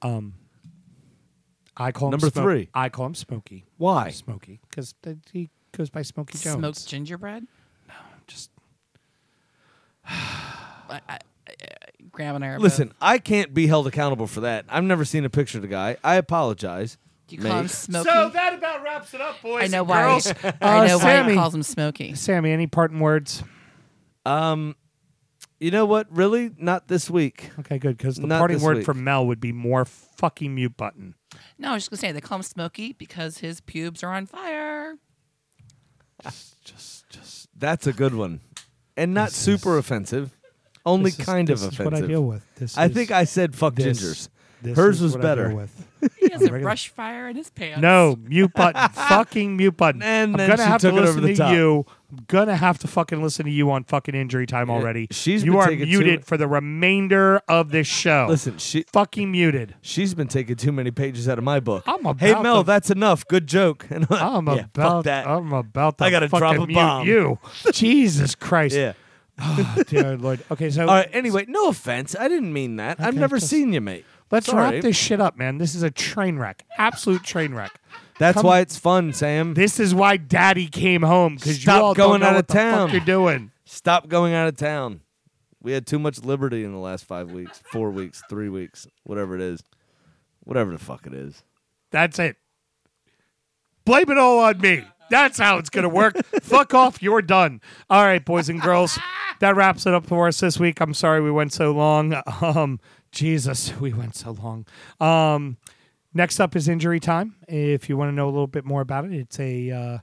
I call him Number Smo- three. I call him Smokey. Why? Smokey because he goes by Smokey Jones. Smoked gingerbread? Just I, I, I, Graham and I are Listen, I can't be held accountable for that. I've never seen a picture of the guy. I apologize. both- you call him mate. Smokey. that about wraps it up, boys. I know why. I Oh, Uh, know why Sammy. he calls him Smokey. Sammy, any parting words? You know what? Really, not this week. Okay, good. Because the Not parting this word week. from Mel would be more fucking mute button. No, I was just gonna say they call him Smokey because his pubes are on fire. That's a good one, and not super offensive. Only This is- kind of this is offensive. what I deal with. This I is- think I said fuck this- gingers. this Hers is was what I better. deal with. He has a Regular- brush fire in his pants. No mute button, fucking mute button. And I'm then gonna she have to took it over listen the to top. you. I'm gonna have to fucking listen to you on fucking injury time already. she's you been are taking too muted much- for the remainder of this show. Listen, she fucking muted. she's been taking too many pages out of my book. I'm about hey Mel, to- that's enough. Good joke. And I'm yeah, about. fuck that. I'm about to. I gotta drop fucking a mute bomb. You, Jesus Christ. yeah. dear Lord. Okay, so All right. Anyway, no offense. I didn't mean that. I've Okay, never just- seen you, mate. Let's Sorry. wrap this shit up, man. This is a train wreck. Absolute train wreck. That's come- why it's fun, Sam. This is why Daddy came home because you Stop all don't going know out what of the town. fuck you're doing. Stop going out of town. We had too much liberty in the last five weeks, four weeks, three weeks, whatever it is, whatever the fuck it is. That's it. Blame it all on me. That's how it's going to work. Fuck off. You're done. All right, boys and girls. That wraps it up for us this week. I'm sorry we went so long. Um, Jesus, we went so long. Um, next up is injury time. If you want to know a little bit more about it, it's a uh,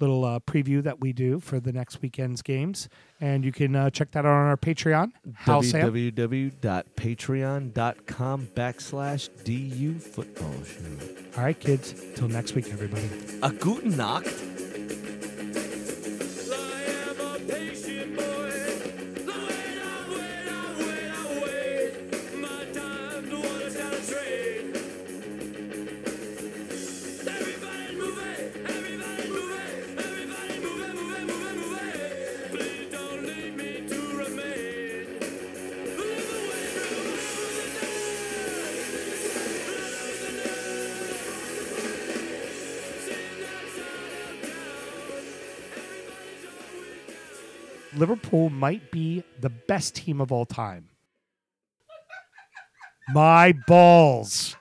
little uh, preview that we do for the next weekend's games, and you can uh, check that out on our Patreon. Hal Sam. www.patreon.com backslash du football show. All right, kids. Till next week, everybody. A guten Nacht. Liverpool might be the best team of all time. My balls.